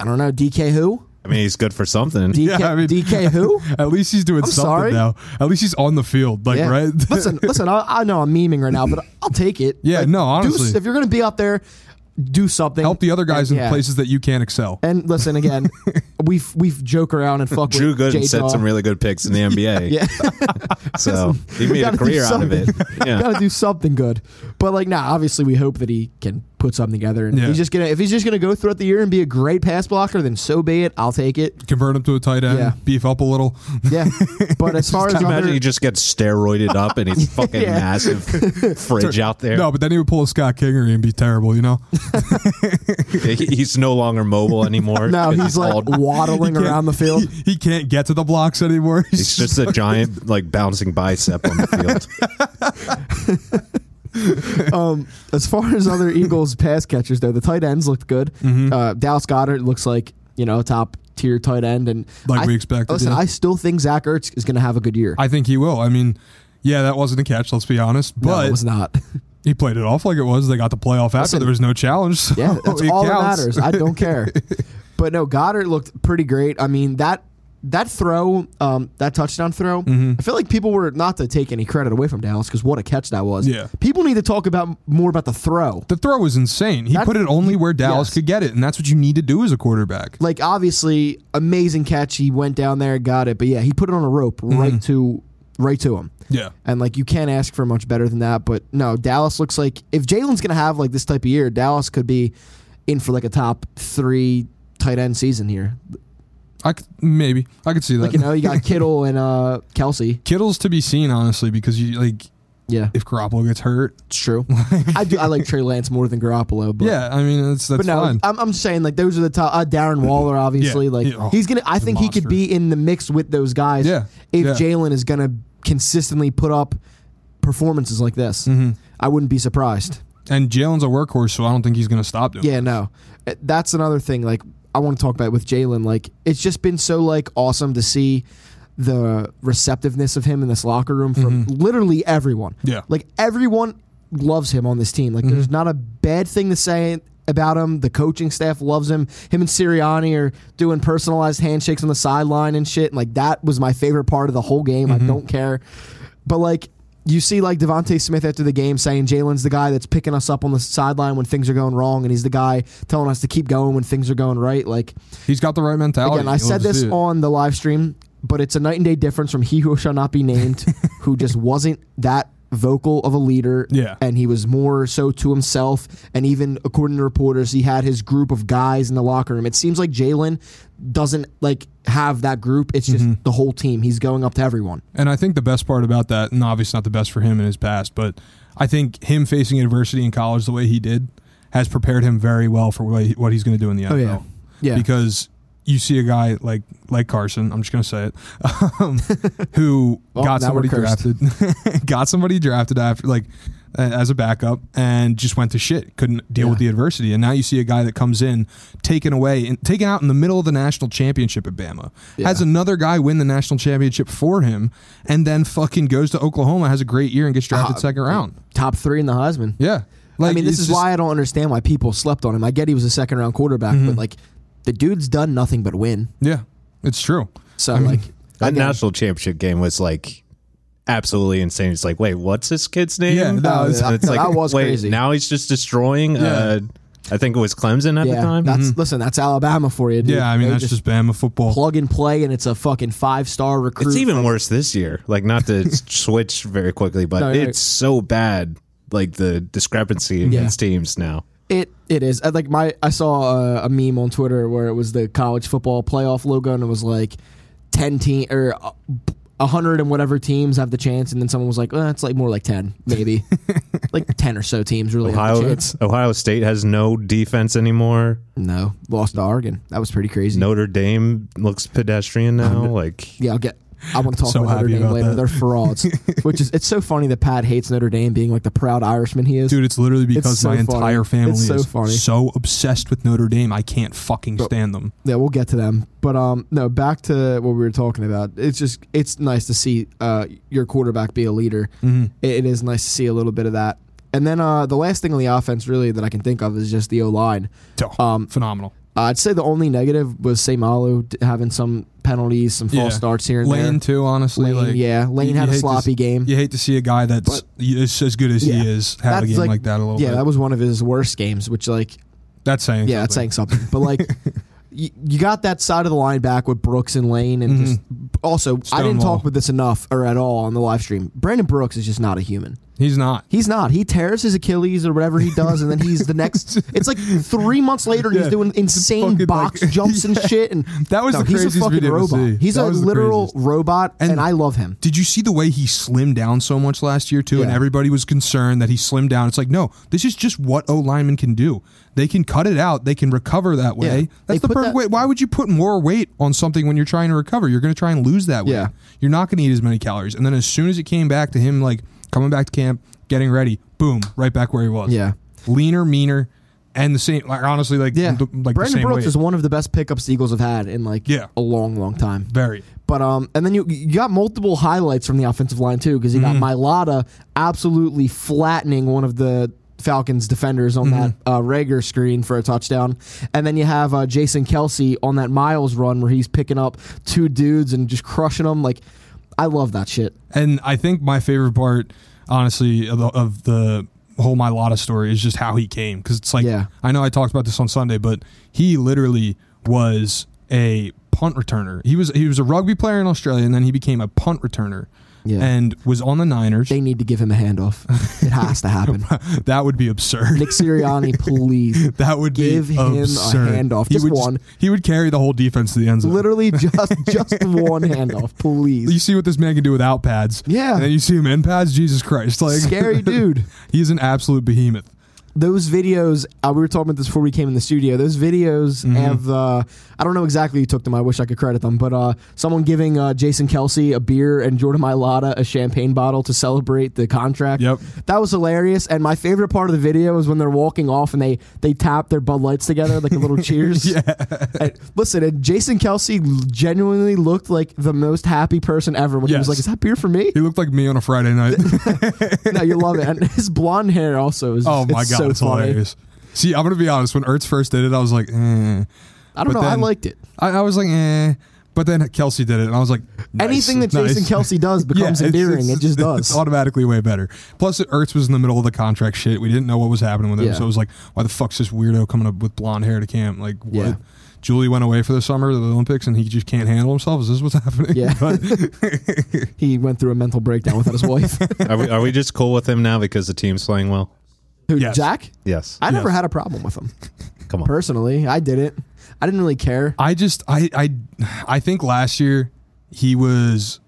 [SPEAKER 1] I don't know, DK who?
[SPEAKER 4] I mean, he's good for something.
[SPEAKER 1] DK,
[SPEAKER 2] Yeah, I mean-
[SPEAKER 1] DK who?
[SPEAKER 2] at least he's doing something
[SPEAKER 1] sorry.
[SPEAKER 2] now. At least he's on the field, like
[SPEAKER 1] Yeah.
[SPEAKER 2] right.
[SPEAKER 1] listen, listen. I, I know I'm memeing right now, but I'll take it.
[SPEAKER 2] Yeah,
[SPEAKER 1] Like,
[SPEAKER 2] no,
[SPEAKER 1] do
[SPEAKER 2] honestly.
[SPEAKER 1] s- if you're gonna be out there, do something.
[SPEAKER 2] Help the other guys
[SPEAKER 1] And-
[SPEAKER 2] in
[SPEAKER 1] yeah.
[SPEAKER 2] places that you can't excel.
[SPEAKER 1] And listen again, we've we've joke around and fuck
[SPEAKER 4] Drew
[SPEAKER 1] with
[SPEAKER 4] Gooden
[SPEAKER 1] J-Daw.
[SPEAKER 4] set some really good picks in the NBA.
[SPEAKER 1] Yeah.
[SPEAKER 4] So he
[SPEAKER 1] We
[SPEAKER 4] made a
[SPEAKER 1] gotta do
[SPEAKER 4] career out of it.
[SPEAKER 1] something.
[SPEAKER 4] Yeah.
[SPEAKER 1] Got to do something good. But like, nah. Obviously, we hope that he can put something together. And if
[SPEAKER 2] Yeah.
[SPEAKER 1] he's just gonna if he's just gonna go throughout the year and be a great pass blocker, then so be it. I'll take it.
[SPEAKER 2] Convert him to a tight end.
[SPEAKER 1] Yeah.
[SPEAKER 2] Beef up a little.
[SPEAKER 1] Yeah. But as far as
[SPEAKER 4] Can you
[SPEAKER 1] other,
[SPEAKER 4] imagine he just gets steroided up and he's fucking
[SPEAKER 1] Yeah.
[SPEAKER 4] massive fridge out there.
[SPEAKER 2] No, but then he would pull a Scott Kingery and be terrible. You know,
[SPEAKER 4] He- He's no longer mobile anymore.
[SPEAKER 1] no,
[SPEAKER 4] 'cause
[SPEAKER 1] he's like
[SPEAKER 4] bald.
[SPEAKER 1] waddling around the field.
[SPEAKER 2] he, he can't get to the blocks anymore.
[SPEAKER 4] He's just a giant, like bouncing bicep on the field.
[SPEAKER 1] um, as far as other Eagles pass catchers, though, the tight ends looked good.
[SPEAKER 2] Mm-hmm.
[SPEAKER 1] Uh, Dallas Goddard looks like you know top tier tight end, and
[SPEAKER 2] Like
[SPEAKER 1] I-
[SPEAKER 2] we expected,
[SPEAKER 1] Listen,
[SPEAKER 2] yeah.
[SPEAKER 1] I still think Zach Ertz is going to have a good year.
[SPEAKER 2] I think he will. I mean, yeah, that wasn't a catch. Let's be honest,
[SPEAKER 1] no,
[SPEAKER 2] but
[SPEAKER 1] it was not.
[SPEAKER 2] he played it off like it was. They got the playoff after.
[SPEAKER 1] Listen,
[SPEAKER 2] there was no challenge. so
[SPEAKER 1] Yeah, that's
[SPEAKER 2] it
[SPEAKER 1] all that
[SPEAKER 2] counts.
[SPEAKER 1] matters. I don't care. but no, Goddard looked pretty great. I mean that that throw, um, that touchdown throw.
[SPEAKER 2] Mm-hmm.
[SPEAKER 1] I feel like people were not to take any credit away from Dallas because what a catch that was.
[SPEAKER 2] Yeah.
[SPEAKER 1] people need to talk about more about the throw.
[SPEAKER 2] The throw was insane. He
[SPEAKER 1] That-
[SPEAKER 2] put it only where Dallas
[SPEAKER 1] yes.
[SPEAKER 2] could get it, and that's what you need to do as a quarterback.
[SPEAKER 1] like obviously amazing catch. He went down there, got it, but yeah, he put it on a rope
[SPEAKER 2] Mm-hmm.
[SPEAKER 1] right to right to him.
[SPEAKER 2] Yeah.
[SPEAKER 1] And like you can't ask for much better than that. But no, Dallas looks like if Jalen's gonna have like this type of year, Dallas could be in for like a top three tight end season here.
[SPEAKER 2] I could, maybe I could see that.
[SPEAKER 1] Like you know, you got Kittle and uh Kelsey.
[SPEAKER 2] Kittle's to be seen, honestly, because you like
[SPEAKER 1] Yeah,
[SPEAKER 2] if Garoppolo gets hurt.
[SPEAKER 1] it's true. I do. I like Trey Lance more than Garoppolo, but
[SPEAKER 2] yeah, I mean that's
[SPEAKER 1] But
[SPEAKER 2] that's
[SPEAKER 1] no,
[SPEAKER 2] fine.
[SPEAKER 1] I'm, I'm saying like those are the top. Uh, Darren Waller, obviously,
[SPEAKER 2] Yeah,
[SPEAKER 1] like
[SPEAKER 2] yeah, oh,
[SPEAKER 1] he's gonna. I
[SPEAKER 2] he's a
[SPEAKER 1] think he could
[SPEAKER 2] monster.
[SPEAKER 1] be in the mix with those guys.
[SPEAKER 2] Yeah,
[SPEAKER 1] if
[SPEAKER 2] yeah.
[SPEAKER 1] Jalen is gonna consistently put up performances like this,
[SPEAKER 2] Mm-hmm.
[SPEAKER 1] I wouldn't be surprised.
[SPEAKER 2] and Jalen's a workhorse, so I don't think he's going to stop doing. it.
[SPEAKER 1] Yeah, no, Uh, that's another thing. Like I want to talk about with Jalen. Like it's just been so like awesome to see the receptiveness of him in this locker room from
[SPEAKER 2] Mm-hmm.
[SPEAKER 1] literally everyone.
[SPEAKER 2] Yeah.
[SPEAKER 1] like everyone loves him on this team. Like there's not a bad thing to say about him. The coaching staff loves him. Him and Sirianni are doing personalized handshakes on the sideline and shit. And like that was my favorite part of the whole game. I don't care, but like. You see, like Devonte Smith after the game saying Jalen's the guy that's picking us up on the sideline when things are going wrong, and he's the guy telling us to keep going when things are going right. Like
[SPEAKER 2] He's got the right mentality.
[SPEAKER 1] Again, I
[SPEAKER 2] You'll
[SPEAKER 1] said
[SPEAKER 2] have to
[SPEAKER 1] this
[SPEAKER 2] see it.
[SPEAKER 1] on the live stream, but it's a night and day difference from he who shall not be named, who just wasn't that vocal of a leader.
[SPEAKER 2] Yeah.
[SPEAKER 1] And he was more so to himself. And even according to reporters, he had his group of guys in the locker room. It seems like Jalen doesn't like have that group. It's just
[SPEAKER 2] Mm-hmm.
[SPEAKER 1] the whole team. He's going up to everyone.
[SPEAKER 2] And I think the best part about that, and obviously not the best for him in his past, but I think him facing adversity in college the way he did has prepared him very well for what he- what he's going to do in the NFL.
[SPEAKER 1] yeah. Yeah.
[SPEAKER 2] Because you see a guy like like Carson, I'm just going to say it, um, who
[SPEAKER 1] Well,
[SPEAKER 2] got
[SPEAKER 1] now we're
[SPEAKER 2] somebody
[SPEAKER 1] cursed.
[SPEAKER 2] drafted, got somebody drafted after like a- as a backup and just went to shit, couldn't deal with
[SPEAKER 1] Yeah.
[SPEAKER 2] the adversity, and now you see a guy that comes in taken away and taken out in the middle of the national championship at Bama, has another guy win the national championship for him, and then fucking goes to Oklahoma, has a great year, and gets drafted second round.
[SPEAKER 1] Top three in the Heisman.
[SPEAKER 2] Yeah, like
[SPEAKER 1] Uh, I mean, this
[SPEAKER 2] it's
[SPEAKER 1] is
[SPEAKER 2] just-
[SPEAKER 1] why I don't understand why people slept on him. I get he was a second round quarterback, but
[SPEAKER 2] Mm-hmm.
[SPEAKER 1] like the dude's done nothing but win.
[SPEAKER 2] Yeah, it's true.
[SPEAKER 1] So like
[SPEAKER 4] That
[SPEAKER 1] again-
[SPEAKER 4] national championship game was like absolutely insane. It's like, wait, what's this kid's name?
[SPEAKER 2] Yeah, no,
[SPEAKER 4] And it's,
[SPEAKER 1] that-
[SPEAKER 4] like,
[SPEAKER 1] that was
[SPEAKER 4] wait,
[SPEAKER 1] crazy.
[SPEAKER 4] now he's just destroying. Uh, I think it was Clemson at
[SPEAKER 1] yeah,
[SPEAKER 4] the time.
[SPEAKER 1] That's listen, that's Alabama for you. Dude.
[SPEAKER 2] Mm-hmm. Yeah, I mean
[SPEAKER 1] They
[SPEAKER 2] that's
[SPEAKER 1] just,
[SPEAKER 2] just Bama football.
[SPEAKER 1] plug and play, and it's a fucking five star recruit.
[SPEAKER 4] It's even worse this year. Like, not to s- switch very quickly, but
[SPEAKER 1] No,
[SPEAKER 4] it's
[SPEAKER 1] you're right.
[SPEAKER 4] so bad. Like the discrepancy in these teams now.
[SPEAKER 1] it it is. I, like my, I saw uh, a, a meme on Twitter where it was the college football playoff logo, and it was like ten team or. uh, a hundred and whatever teams have the chance, and then someone was like, eh, "It's like more like ten, maybe, like ten or so teams really have the
[SPEAKER 4] Ohio,
[SPEAKER 1] chance."
[SPEAKER 4] Ohio State has no defense anymore.
[SPEAKER 1] No, lost to Oregon. That was pretty crazy.
[SPEAKER 4] Notre Dame looks pedestrian now. Like,
[SPEAKER 1] Yeah, I'll get. I want to talk
[SPEAKER 2] So
[SPEAKER 1] about Notre
[SPEAKER 2] happy
[SPEAKER 1] Dame
[SPEAKER 2] about
[SPEAKER 1] later.
[SPEAKER 2] that.
[SPEAKER 1] They're frauds. Which is it's so funny that Pat hates Notre Dame being like the proud Irishman he is.
[SPEAKER 2] Dude, it's literally because
[SPEAKER 1] so
[SPEAKER 2] my
[SPEAKER 1] funny.
[SPEAKER 2] entire family
[SPEAKER 1] It's so
[SPEAKER 2] is
[SPEAKER 1] funny.
[SPEAKER 2] so obsessed with Notre Dame. I can't fucking stand them.
[SPEAKER 1] Yeah, we'll get to them. But um, no, back to what we were talking about. It's just it's nice to see uh your quarterback be a leader. It, it is nice to see a little bit of that. And then uh, the last thing on the offense really that I can think of is just the O line.
[SPEAKER 2] So,
[SPEAKER 1] Um,
[SPEAKER 2] phenomenal.
[SPEAKER 1] I'd say the only negative was Samalu d- having some penalties, some false
[SPEAKER 2] Yeah.
[SPEAKER 1] starts here and
[SPEAKER 2] Lane
[SPEAKER 1] there.
[SPEAKER 2] too, honestly.
[SPEAKER 1] Lane,
[SPEAKER 2] like,
[SPEAKER 1] yeah, Lane
[SPEAKER 2] you-
[SPEAKER 1] had a
[SPEAKER 2] you hate to
[SPEAKER 1] sloppy
[SPEAKER 2] s-
[SPEAKER 1] game.
[SPEAKER 2] You hate to see a guy that's is as good as
[SPEAKER 1] Yeah.
[SPEAKER 2] he is have
[SPEAKER 1] That's
[SPEAKER 2] a game
[SPEAKER 1] like-
[SPEAKER 2] like, that a little
[SPEAKER 1] Yeah,
[SPEAKER 2] bit.
[SPEAKER 1] that was one of his worst games. Which like,
[SPEAKER 2] that's saying.
[SPEAKER 1] yeah, that's
[SPEAKER 2] something.
[SPEAKER 1] saying something. But like, you, you got that side of the line back with Brooks and Lane, and just also I didn't
[SPEAKER 2] Mm-hmm. Stonewall.
[SPEAKER 1] talk with this enough or at all on the live stream. Brandon Brooks is just not a human.
[SPEAKER 2] He's not.
[SPEAKER 1] He's not. He tears his Achilles or whatever he does, and then he's the next. It's like three months later, and
[SPEAKER 2] Yeah.
[SPEAKER 1] he's doing insane
[SPEAKER 2] fucking,
[SPEAKER 1] box
[SPEAKER 2] like-
[SPEAKER 1] jumps and shit. And
[SPEAKER 2] That was
[SPEAKER 1] no,
[SPEAKER 2] the
[SPEAKER 1] he's a
[SPEAKER 2] craziest
[SPEAKER 1] fucking
[SPEAKER 2] video to
[SPEAKER 1] robot.
[SPEAKER 2] see.
[SPEAKER 1] He's
[SPEAKER 2] That
[SPEAKER 1] a
[SPEAKER 2] was the
[SPEAKER 1] literal
[SPEAKER 2] craziest.
[SPEAKER 1] robot, and,
[SPEAKER 2] And-
[SPEAKER 1] I love him.
[SPEAKER 2] Did you see the way he slimmed down so much last year too? And
[SPEAKER 1] Yeah.
[SPEAKER 2] everybody was concerned that he slimmed down. It's like, no, this is just what O linemen can do. They can cut it out. They can recover that way.
[SPEAKER 1] Yeah. They
[SPEAKER 2] That's the
[SPEAKER 1] put
[SPEAKER 2] perfect
[SPEAKER 1] that-
[SPEAKER 2] way. Why would you put more weight on something when you're trying to recover? You're going to try and lose that weight.
[SPEAKER 1] Yeah.
[SPEAKER 2] You're not going to eat as many calories. And then as soon as it came back to him, like coming back to camp, getting ready, boom, right back where he was.
[SPEAKER 1] Yeah.
[SPEAKER 2] leaner, meaner, and the same. Like honestly, like
[SPEAKER 1] Yeah,
[SPEAKER 2] the, like the
[SPEAKER 1] Brandon
[SPEAKER 2] same
[SPEAKER 1] Brooks
[SPEAKER 2] weight.
[SPEAKER 1] is one of the best pickups the Eagles have had in like
[SPEAKER 2] Yeah.
[SPEAKER 1] a long, long time.
[SPEAKER 2] very.
[SPEAKER 1] But um, and then you you got multiple highlights from the offensive line too, because you
[SPEAKER 2] Mm-hmm.
[SPEAKER 1] got Milata absolutely flattening one of the Falcons defenders on
[SPEAKER 2] Mm-hmm.
[SPEAKER 1] that uh, Rager screen for a touchdown, and then you have uh, Jason Kelsey on that Miles run where he's picking up two dudes and just crushing them. Like, I love that shit.
[SPEAKER 2] And I think my favorite part, honestly, of the, of the whole Mylotta story is just how he came. Because it's like,
[SPEAKER 1] Yeah.
[SPEAKER 2] I know I talked about this on Sunday, but he literally was a punt returner. He was he was a rugby player in Australia, and then he became a punt returner.
[SPEAKER 1] Yeah.
[SPEAKER 2] And was on the Niners.
[SPEAKER 1] They need to give him a handoff. It has to happen.
[SPEAKER 2] that would be absurd.
[SPEAKER 1] Nick Sirianni, please.
[SPEAKER 2] that would
[SPEAKER 1] give
[SPEAKER 2] be
[SPEAKER 1] him a
[SPEAKER 2] absurd.
[SPEAKER 1] handoff,
[SPEAKER 2] He
[SPEAKER 1] just
[SPEAKER 2] would
[SPEAKER 1] one.
[SPEAKER 2] he would carry the whole defense to the end zone.
[SPEAKER 1] Literally just just one handoff,
[SPEAKER 2] You
[SPEAKER 1] please.
[SPEAKER 2] see what this man can do without pads.
[SPEAKER 1] Yeah.
[SPEAKER 2] And then you see him in pads. Jesus Christ! Like
[SPEAKER 1] Scary dude.
[SPEAKER 2] He's an absolute behemoth.
[SPEAKER 1] those videos uh, we were talking about this before we came in the studio those videos
[SPEAKER 2] Mm-hmm.
[SPEAKER 1] of uh, i don't know exactly who took them i wish i could credit them but uh, someone giving uh, jason kelsey a beer and jordan Mailata a champagne bottle to celebrate the contract
[SPEAKER 2] Yep.
[SPEAKER 1] that was hilarious and my favorite part of the video is when they're walking off and they they tap their bud lights together like a little cheers yeah. listen and jason kelsey genuinely looked like the most happy person ever when he was
[SPEAKER 2] Yes.
[SPEAKER 1] like is that beer for me
[SPEAKER 2] He looked like me on a Friday night.
[SPEAKER 1] no you love it and his blonde hair also is
[SPEAKER 2] oh my god,
[SPEAKER 1] it's so
[SPEAKER 2] it's
[SPEAKER 1] funny
[SPEAKER 2] hilarious. See, I'm gonna be honest. When Ertz first did it, I was like, eh.
[SPEAKER 1] i don't
[SPEAKER 2] But
[SPEAKER 1] know
[SPEAKER 2] then-
[SPEAKER 1] i liked it
[SPEAKER 2] I, I was like, eh. But then Kelsey did it, and I was like, nice,
[SPEAKER 1] Anything that
[SPEAKER 2] nice.
[SPEAKER 1] Jason Kelsey does
[SPEAKER 2] Yeah,
[SPEAKER 1] becomes
[SPEAKER 2] it's-
[SPEAKER 1] endearing.
[SPEAKER 2] it's-
[SPEAKER 1] it just
[SPEAKER 2] It's
[SPEAKER 1] does.
[SPEAKER 2] automatically way better. Plus, Ertz was in the middle of the contract shit. We didn't know what was happening with him,
[SPEAKER 1] Yeah.
[SPEAKER 2] so it was like, why the fuck's this weirdo coming up with blonde hair to camp? Like, what?
[SPEAKER 1] Yeah.
[SPEAKER 2] Julie went away for the summer, the Olympics, and he just can't handle himself. Is this what's happening?
[SPEAKER 1] Yeah.
[SPEAKER 2] But-
[SPEAKER 1] he went through a mental breakdown without his wife.
[SPEAKER 4] Are we, are we just cool with him now because the team's playing well?
[SPEAKER 1] Who,
[SPEAKER 2] Yes.
[SPEAKER 1] Jack?
[SPEAKER 4] Yes.
[SPEAKER 1] I never
[SPEAKER 2] Yes.
[SPEAKER 1] had a problem with him.
[SPEAKER 4] Come on.
[SPEAKER 1] Personally, I didn't. I didn't really care.
[SPEAKER 2] I just I I I think last year he was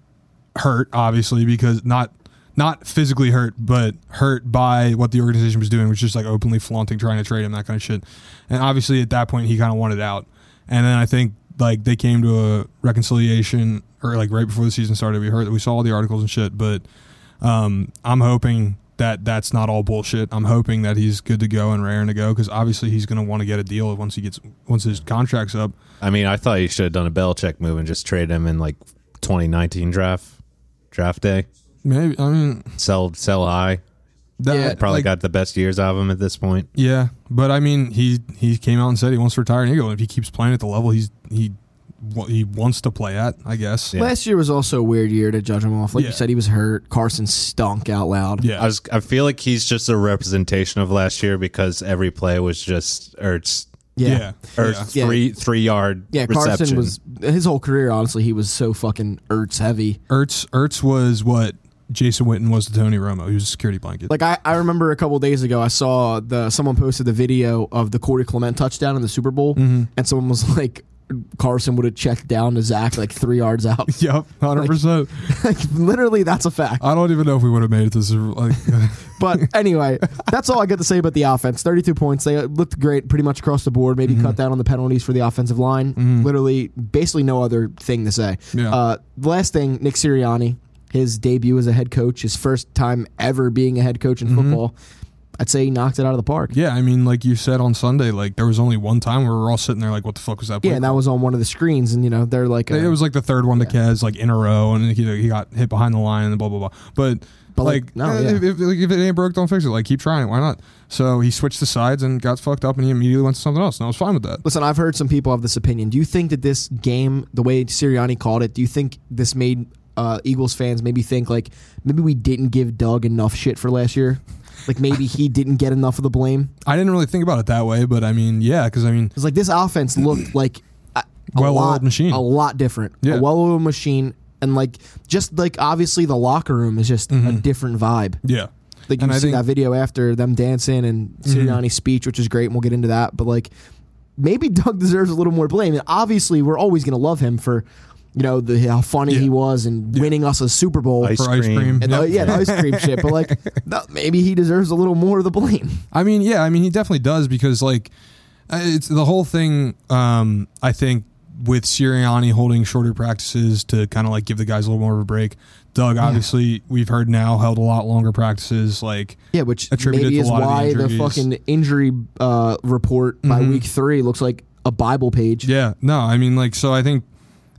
[SPEAKER 2] hurt obviously because not not physically hurt but hurt by what the organization was doing which is like openly flaunting trying to trade him that kind of shit and obviously at that point he kind of wanted out and then I think like they came to a reconciliation or like right before the season started we heard we saw all the articles and shit but um, I'm hoping that that's not all bullshit. I'm hoping that he's good to go and raring to go because obviously he's going to want to get a deal once he gets once his contract's up.
[SPEAKER 4] I mean, I thought you should have done a Belichick move and just trade him in like 2019 draft draft day.
[SPEAKER 2] Maybe I mean
[SPEAKER 4] Sell sell high.
[SPEAKER 2] that
[SPEAKER 1] Yeah.
[SPEAKER 4] Probably
[SPEAKER 2] like,
[SPEAKER 4] got the best years out of him at this point.
[SPEAKER 2] yeah, but I mean he he came out and said he wants to retire an Eagle, and if he keeps playing at the level he's he wa- he wants to play at, I guess.
[SPEAKER 4] Yeah.
[SPEAKER 1] Last year was also a weird year to judge him off. Like
[SPEAKER 2] Yeah.
[SPEAKER 1] you said, he was hurt. Carson stunk out loud.
[SPEAKER 2] Yeah.
[SPEAKER 4] I was I feel like he's just a representation of last year because every play was just Ertz
[SPEAKER 1] Yeah.
[SPEAKER 2] Yeah.
[SPEAKER 4] Ertz
[SPEAKER 1] Yeah.
[SPEAKER 4] three three yard
[SPEAKER 1] Yeah,
[SPEAKER 4] reception.
[SPEAKER 1] Carson was his whole career. Honestly, he was so fucking Ertz heavy.
[SPEAKER 2] Ertz Ertz was what Jason Witten was to Tony Romo. He was a security blanket.
[SPEAKER 1] Like I, I remember a couple days ago, I
[SPEAKER 2] Mm-hmm.
[SPEAKER 1] saw the someone posted the video of the Corey Clement touchdown in the Super Bowl, and someone was like, Carson would have checked down to Zach like three yards out.
[SPEAKER 2] Yep, hundred percent.
[SPEAKER 1] like, literally, that's a fact.
[SPEAKER 2] I don't even know if we would have made it this. Like,
[SPEAKER 1] But anyway, that's all I got to say about the offense. 32 points. They looked great pretty much across the board.
[SPEAKER 2] Mm-hmm.
[SPEAKER 1] Maybe cut down on the penalties for the offensive line. Literally, basically no other thing to say.
[SPEAKER 2] Yeah.
[SPEAKER 1] Uh, the last thing, Nick Sirianni, his debut as a head coach, his first time ever being a head coach in football. I'd say he knocked it out of the park.
[SPEAKER 2] Mm-hmm. yeah, I mean, like you said on Sunday, like there was only one time where we were all sitting there like, what the fuck was that? play
[SPEAKER 1] Yeah, and that was on one of the screens, and you know they're like, uh,
[SPEAKER 2] It was like the third one to Kez, like in a row, and he, he got hit behind the line and blah blah blah. But,
[SPEAKER 1] But, like,
[SPEAKER 2] like,
[SPEAKER 1] no,
[SPEAKER 2] eh,
[SPEAKER 1] yeah.
[SPEAKER 2] if, if, like, if it ain't broke, don't fix it. Like keep trying it. Why not? So he switched the sides and got fucked up, and he immediately went to something else, and I was fine with that.
[SPEAKER 1] Listen, I've heard some people have this opinion. Do you think that this game, the way Sirianni called it, do you think this made uh, Eagles fans maybe think like maybe we didn't give Doug enough shit for last year? Like maybe he didn't get enough of the blame.
[SPEAKER 2] I didn't really think about it that way, but I mean, yeah, because I mean,
[SPEAKER 1] It's like this offense looked like a, a
[SPEAKER 2] Well-oiled
[SPEAKER 1] lot,
[SPEAKER 2] machine.
[SPEAKER 1] a lot different,
[SPEAKER 2] Yeah.
[SPEAKER 1] a well-oiled machine, and like just like obviously the locker room is just
[SPEAKER 2] Mm-hmm.
[SPEAKER 1] a different vibe.
[SPEAKER 2] yeah,
[SPEAKER 1] Like you
[SPEAKER 2] And I
[SPEAKER 1] see
[SPEAKER 2] think- Mm-hmm.
[SPEAKER 1] that video after them dancing and Sirianni's speech, which is great, and we'll get into that. But like, maybe Doug deserves a little more blame. And obviously, we're always going to love him for, you know, the how funny he
[SPEAKER 2] Yeah.
[SPEAKER 1] was and winning us a Super Bowl.
[SPEAKER 4] Ice
[SPEAKER 2] for ice
[SPEAKER 4] cream.
[SPEAKER 2] cream.
[SPEAKER 1] and
[SPEAKER 2] Yep.
[SPEAKER 1] uh, yeah, the ice cream shit. But like, no, maybe he deserves a little more of the blame.
[SPEAKER 2] I mean, yeah, I mean, he definitely does because like uh, it's the whole thing. Um, I think with Sirianni holding shorter practices to kind of like give the guys a little more of a break. Doug, obviously, we've heard now held a lot longer practices. Like,
[SPEAKER 1] Yeah, which
[SPEAKER 2] Attributed
[SPEAKER 1] maybe
[SPEAKER 2] to a
[SPEAKER 1] is
[SPEAKER 2] lot of the
[SPEAKER 1] why the,
[SPEAKER 2] injuries. Mm-hmm.
[SPEAKER 1] fucking injury uh, report by week three looks like a Bible page.
[SPEAKER 2] yeah, no, I mean, like, so I think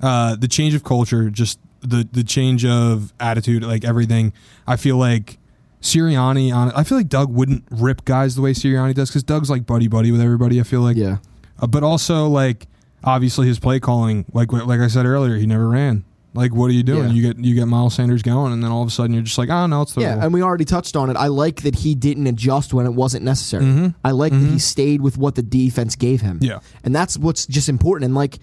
[SPEAKER 2] uh, the change of culture, just the the change of attitude, like everything. I feel like. Sirianni on I feel like Doug wouldn't rip guys the way Sirianni does because Doug's like buddy buddy with everybody. I feel like
[SPEAKER 1] yeah.
[SPEAKER 2] Uh, but also like obviously his play calling like like I said earlier he never ran like what are you doing
[SPEAKER 1] Yeah.
[SPEAKER 2] you get you get Miles Sanders going and then all of a sudden you're just like oh no it's the
[SPEAKER 1] Yeah, um,
[SPEAKER 2] rule.
[SPEAKER 1] and we already touched on it. I like that he didn't adjust when it wasn't necessary. I like that he stayed with what the defense gave him.
[SPEAKER 2] Yeah.
[SPEAKER 1] and that's what's just important. And like,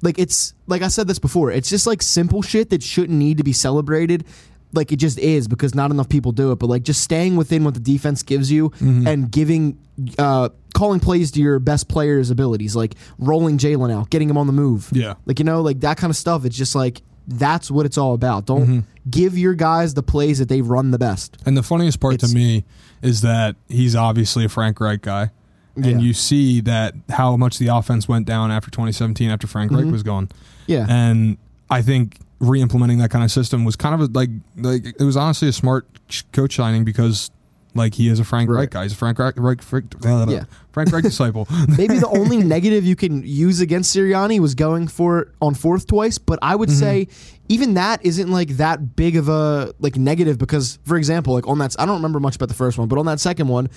[SPEAKER 1] like it's like I said this before. It's just like simple shit that shouldn't need to be celebrated. Like it just is because not enough people do it. But like just staying within what the defense gives you and giving. Uh, calling plays to your best player's abilities, like rolling Jalen out, getting him on the move,
[SPEAKER 2] Yeah.
[SPEAKER 1] like you know, like that kind of stuff. It's just like that's what it's all about. Don't give your guys the plays that they run the best.
[SPEAKER 2] and the funniest part to
[SPEAKER 1] It's-
[SPEAKER 2] me is that he's obviously a Frank Reich guy and
[SPEAKER 1] Yeah.
[SPEAKER 2] you see that how much the offense went down after 2017 after Frank
[SPEAKER 1] Mm-hmm.
[SPEAKER 2] Reich was gone
[SPEAKER 1] Yeah.
[SPEAKER 2] and I think re-implementing that kind of system was kind of a, like like it was honestly a smart ch- coach signing because like he is a Frank
[SPEAKER 1] Right.
[SPEAKER 2] Reich guy he's a Frank Reich, Reich, Frank, Frank Reich disciple
[SPEAKER 1] Maybe the only negative you can use against Sirianni was going for it on fourth twice, but I
[SPEAKER 2] Mm-hmm.
[SPEAKER 1] would say even that isn't like that big of a like negative because, for example, like on that I don't remember much about the first one, but on that second one,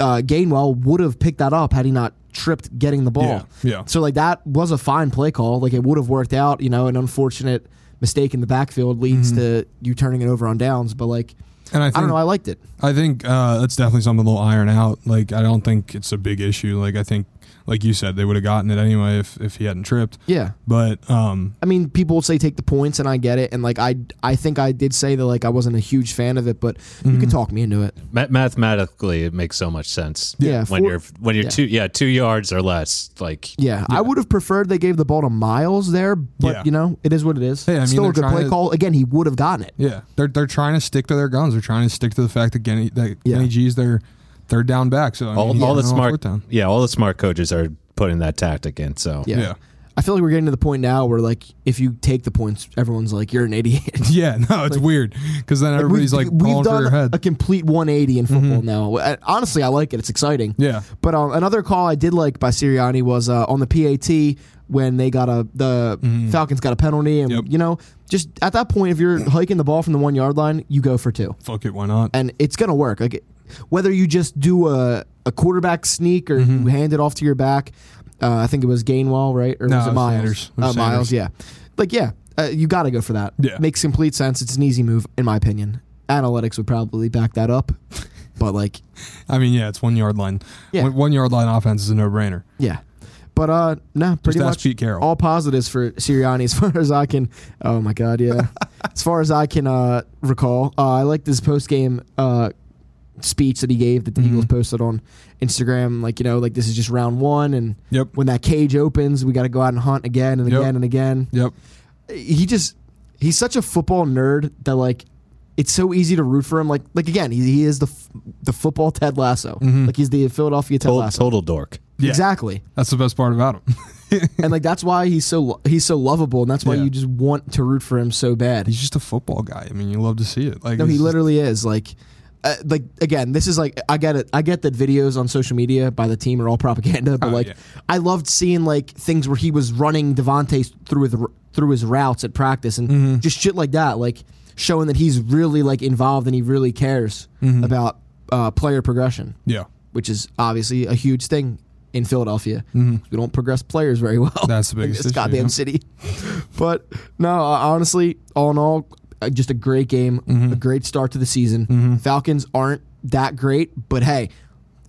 [SPEAKER 1] uh, Gainwell would have picked that up had he not tripped getting the ball.
[SPEAKER 2] Yeah, yeah.
[SPEAKER 1] So like that was a fine play call. Like it would have worked out. You know, an unfortunate mistake in the backfield leads to you turning it over on downs. But like
[SPEAKER 2] Mm-hmm. and I think
[SPEAKER 1] I don't know, I liked it.
[SPEAKER 2] I think uh, that's definitely something they'll iron out. Like, I don't think it's a big issue. Like, I think, like you said, they would have gotten it anyway if, if he hadn't tripped.
[SPEAKER 1] Yeah.
[SPEAKER 2] But um,
[SPEAKER 1] I mean, people would say take the points, and I get it. And like I, I think I did say that like I wasn't a huge fan of it, but you
[SPEAKER 2] Mm-hmm.
[SPEAKER 1] can talk me into it.
[SPEAKER 4] Ma- mathematically, it makes so much sense.
[SPEAKER 1] Yeah,
[SPEAKER 4] when
[SPEAKER 1] for-
[SPEAKER 4] you're when you're
[SPEAKER 1] yeah.
[SPEAKER 4] two yeah two yards or less, like
[SPEAKER 1] Yeah, I would have preferred they gave the ball to Miles there, but
[SPEAKER 2] Yeah.
[SPEAKER 1] you know it is what it is.
[SPEAKER 2] Hey, I mean,
[SPEAKER 1] Still
[SPEAKER 2] they're
[SPEAKER 1] a good
[SPEAKER 2] trying
[SPEAKER 1] play
[SPEAKER 2] to-
[SPEAKER 1] call. Again, he would have gotten it.
[SPEAKER 2] yeah, they're they're trying to stick to their guns. They're trying to stick to the fact that Kenny that
[SPEAKER 1] Yeah.
[SPEAKER 2] Kenny G's their third down back. So I mean,
[SPEAKER 4] all,
[SPEAKER 2] he's
[SPEAKER 4] all the
[SPEAKER 2] running on fourth
[SPEAKER 4] smart
[SPEAKER 2] down.
[SPEAKER 4] yeah all the smart coaches are putting that tactic in. So
[SPEAKER 1] Yeah.
[SPEAKER 2] Yeah.
[SPEAKER 1] I feel like we're getting to the point now where like if you take the points, everyone's like you're an idiot.
[SPEAKER 2] Yeah, no, it's weird because then everybody's like calling for
[SPEAKER 1] done
[SPEAKER 2] your head. Mm-hmm.
[SPEAKER 1] a complete 180 in football now. I- honestly, I like it. It's exciting.
[SPEAKER 2] Yeah.
[SPEAKER 1] But um, another call I did like by Sirianni was uh, on the PAT when they got a the Falcons got a penalty, and
[SPEAKER 2] Mm-hmm. Yep.
[SPEAKER 1] you know, just at that point, if you're hiking the ball from the one yard line, you go for two,
[SPEAKER 2] Fuck it, why not?
[SPEAKER 1] and it's gonna work. Like whether you just do a, a quarterback sneak or
[SPEAKER 2] Mm-hmm.
[SPEAKER 1] you hand it off to your back. Uh, I think it was Gainwell, right? Or
[SPEAKER 2] No,
[SPEAKER 1] was it
[SPEAKER 2] it was
[SPEAKER 1] Miles?
[SPEAKER 2] Sanders. It
[SPEAKER 1] Uh,
[SPEAKER 2] was
[SPEAKER 1] Miles,
[SPEAKER 2] Sanders.
[SPEAKER 1] yeah. Like, yeah, uh, you got to go for that.
[SPEAKER 2] Yeah.
[SPEAKER 1] Makes complete sense. It's an easy move, in my opinion. Analytics would probably back that up. But, like,
[SPEAKER 2] I mean, yeah, it's one yard line.
[SPEAKER 1] Yeah.
[SPEAKER 2] One, one yard line offense is a no brainer.
[SPEAKER 1] yeah. But, uh, no, pretty
[SPEAKER 2] Just ask
[SPEAKER 1] much
[SPEAKER 2] Pete Carroll.
[SPEAKER 1] all positives for Sirianni as far as I can. Oh, my God, yeah. as far as I can uh, recall, uh, I liked his post game uh, speech that he gave that the
[SPEAKER 2] Mm-hmm.
[SPEAKER 1] Eagles posted on Instagram. Like you know, like this is just round one, and
[SPEAKER 2] Yep.
[SPEAKER 1] when that cage opens, we got to go out and hunt again and
[SPEAKER 2] Yep.
[SPEAKER 1] again and again.
[SPEAKER 2] Yep.
[SPEAKER 1] He just he's such a football nerd that like it's so easy to root for him. Like like again, he, he is the f- the football Ted Lasso. Like he's the Philadelphia Ted
[SPEAKER 4] Total,
[SPEAKER 1] Lasso.
[SPEAKER 4] total dork.
[SPEAKER 2] Mm-hmm. Yeah.
[SPEAKER 1] Exactly.
[SPEAKER 2] That's the best part about him.
[SPEAKER 1] and like that's why he's so lo- he's so lovable, and that's why
[SPEAKER 2] Yeah.
[SPEAKER 1] you just want to root for him so bad.
[SPEAKER 2] He's just a football guy. I mean, you love to see it. Like
[SPEAKER 1] No, he
[SPEAKER 2] it's-
[SPEAKER 1] literally is like, uh, like again, this is like I get it. I get that videos on social media by the team are all propaganda, but
[SPEAKER 2] Oh,
[SPEAKER 1] like
[SPEAKER 2] yeah.
[SPEAKER 1] I loved seeing like things where he was running Devontae through his through his routes at practice and
[SPEAKER 2] Mm-hmm.
[SPEAKER 1] just shit like that, like showing that he's really like involved and he really cares
[SPEAKER 2] Mm-hmm.
[SPEAKER 1] about uh, player progression,
[SPEAKER 2] Yeah.
[SPEAKER 1] which is obviously a huge thing in Philadelphia. We don't progress players very well.
[SPEAKER 2] Mm-hmm. That's the
[SPEAKER 1] in
[SPEAKER 2] biggest
[SPEAKER 1] this
[SPEAKER 2] issue,
[SPEAKER 1] goddamn
[SPEAKER 2] yeah.
[SPEAKER 1] city. But no, uh, honestly, all in all, uh, just a great game,
[SPEAKER 2] Mm-hmm.
[SPEAKER 1] a great start to the season. Falcons aren't that great, but hey,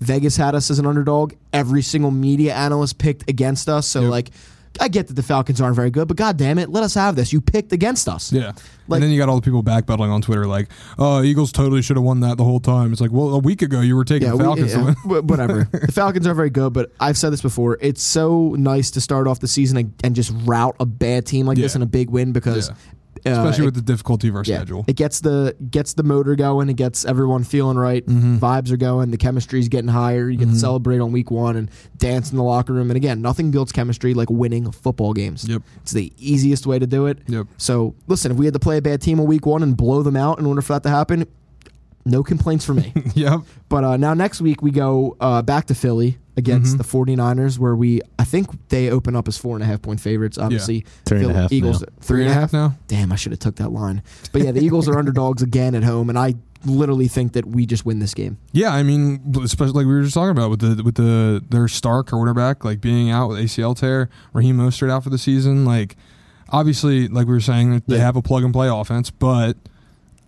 [SPEAKER 1] Vegas had us as an underdog. Every single media analyst picked against us. So like, I get that the Falcons aren't very good, but god damn it, let us have this. You picked against us.
[SPEAKER 2] Yeah.
[SPEAKER 1] Like-
[SPEAKER 2] and then you got all the people backpedaling on Twitter, like, "Oh, Eagles totally should have won that the whole time." It's like, well, a week ago you were taking
[SPEAKER 1] Yeah,
[SPEAKER 2] the
[SPEAKER 1] we-
[SPEAKER 2] Falcons. to
[SPEAKER 1] yeah, Uh,
[SPEAKER 2] win.
[SPEAKER 1] wh- whatever. the Falcons are very good, but I've said this before. It's so nice to start off the season and- and just rout a bad team like this
[SPEAKER 2] Yeah.
[SPEAKER 1] in a big win because,
[SPEAKER 2] Yeah.
[SPEAKER 1] uh,
[SPEAKER 2] Especially
[SPEAKER 1] it-
[SPEAKER 2] with the difficulty of our schedule.
[SPEAKER 1] It gets the gets the motor going. It gets everyone feeling right.
[SPEAKER 2] Mm-hmm.
[SPEAKER 1] Vibes are going. The chemistry's getting higher. You get to celebrate on week one and dance in the locker room. And again, nothing builds chemistry like winning football games.
[SPEAKER 2] Yep.
[SPEAKER 1] It's the easiest way to do it.
[SPEAKER 2] Yep.
[SPEAKER 1] So listen, if we had to play a bad team on week one and blow them out in order for that to happen, no complaints for me.
[SPEAKER 2] yep.
[SPEAKER 1] But uh, now next week we go uh, back to Philly against the 49ers where we I think they open up as four and a half point favorites. Obviously,
[SPEAKER 4] Three and a
[SPEAKER 1] Phil-
[SPEAKER 4] half
[SPEAKER 1] Eagles
[SPEAKER 4] now.
[SPEAKER 1] three and a half
[SPEAKER 2] now.
[SPEAKER 1] Damn, I should have took that line. But yeah, the Eagles are underdogs again at home, and I literally think that we just win this game.
[SPEAKER 2] Yeah, I mean, especially like we were just talking about with the with the their star quarterback like being out with ACL tear, Raheem Mostert out for the season. Like, obviously, like we were saying, they
[SPEAKER 1] Yeah.
[SPEAKER 2] have a plug and play offense, but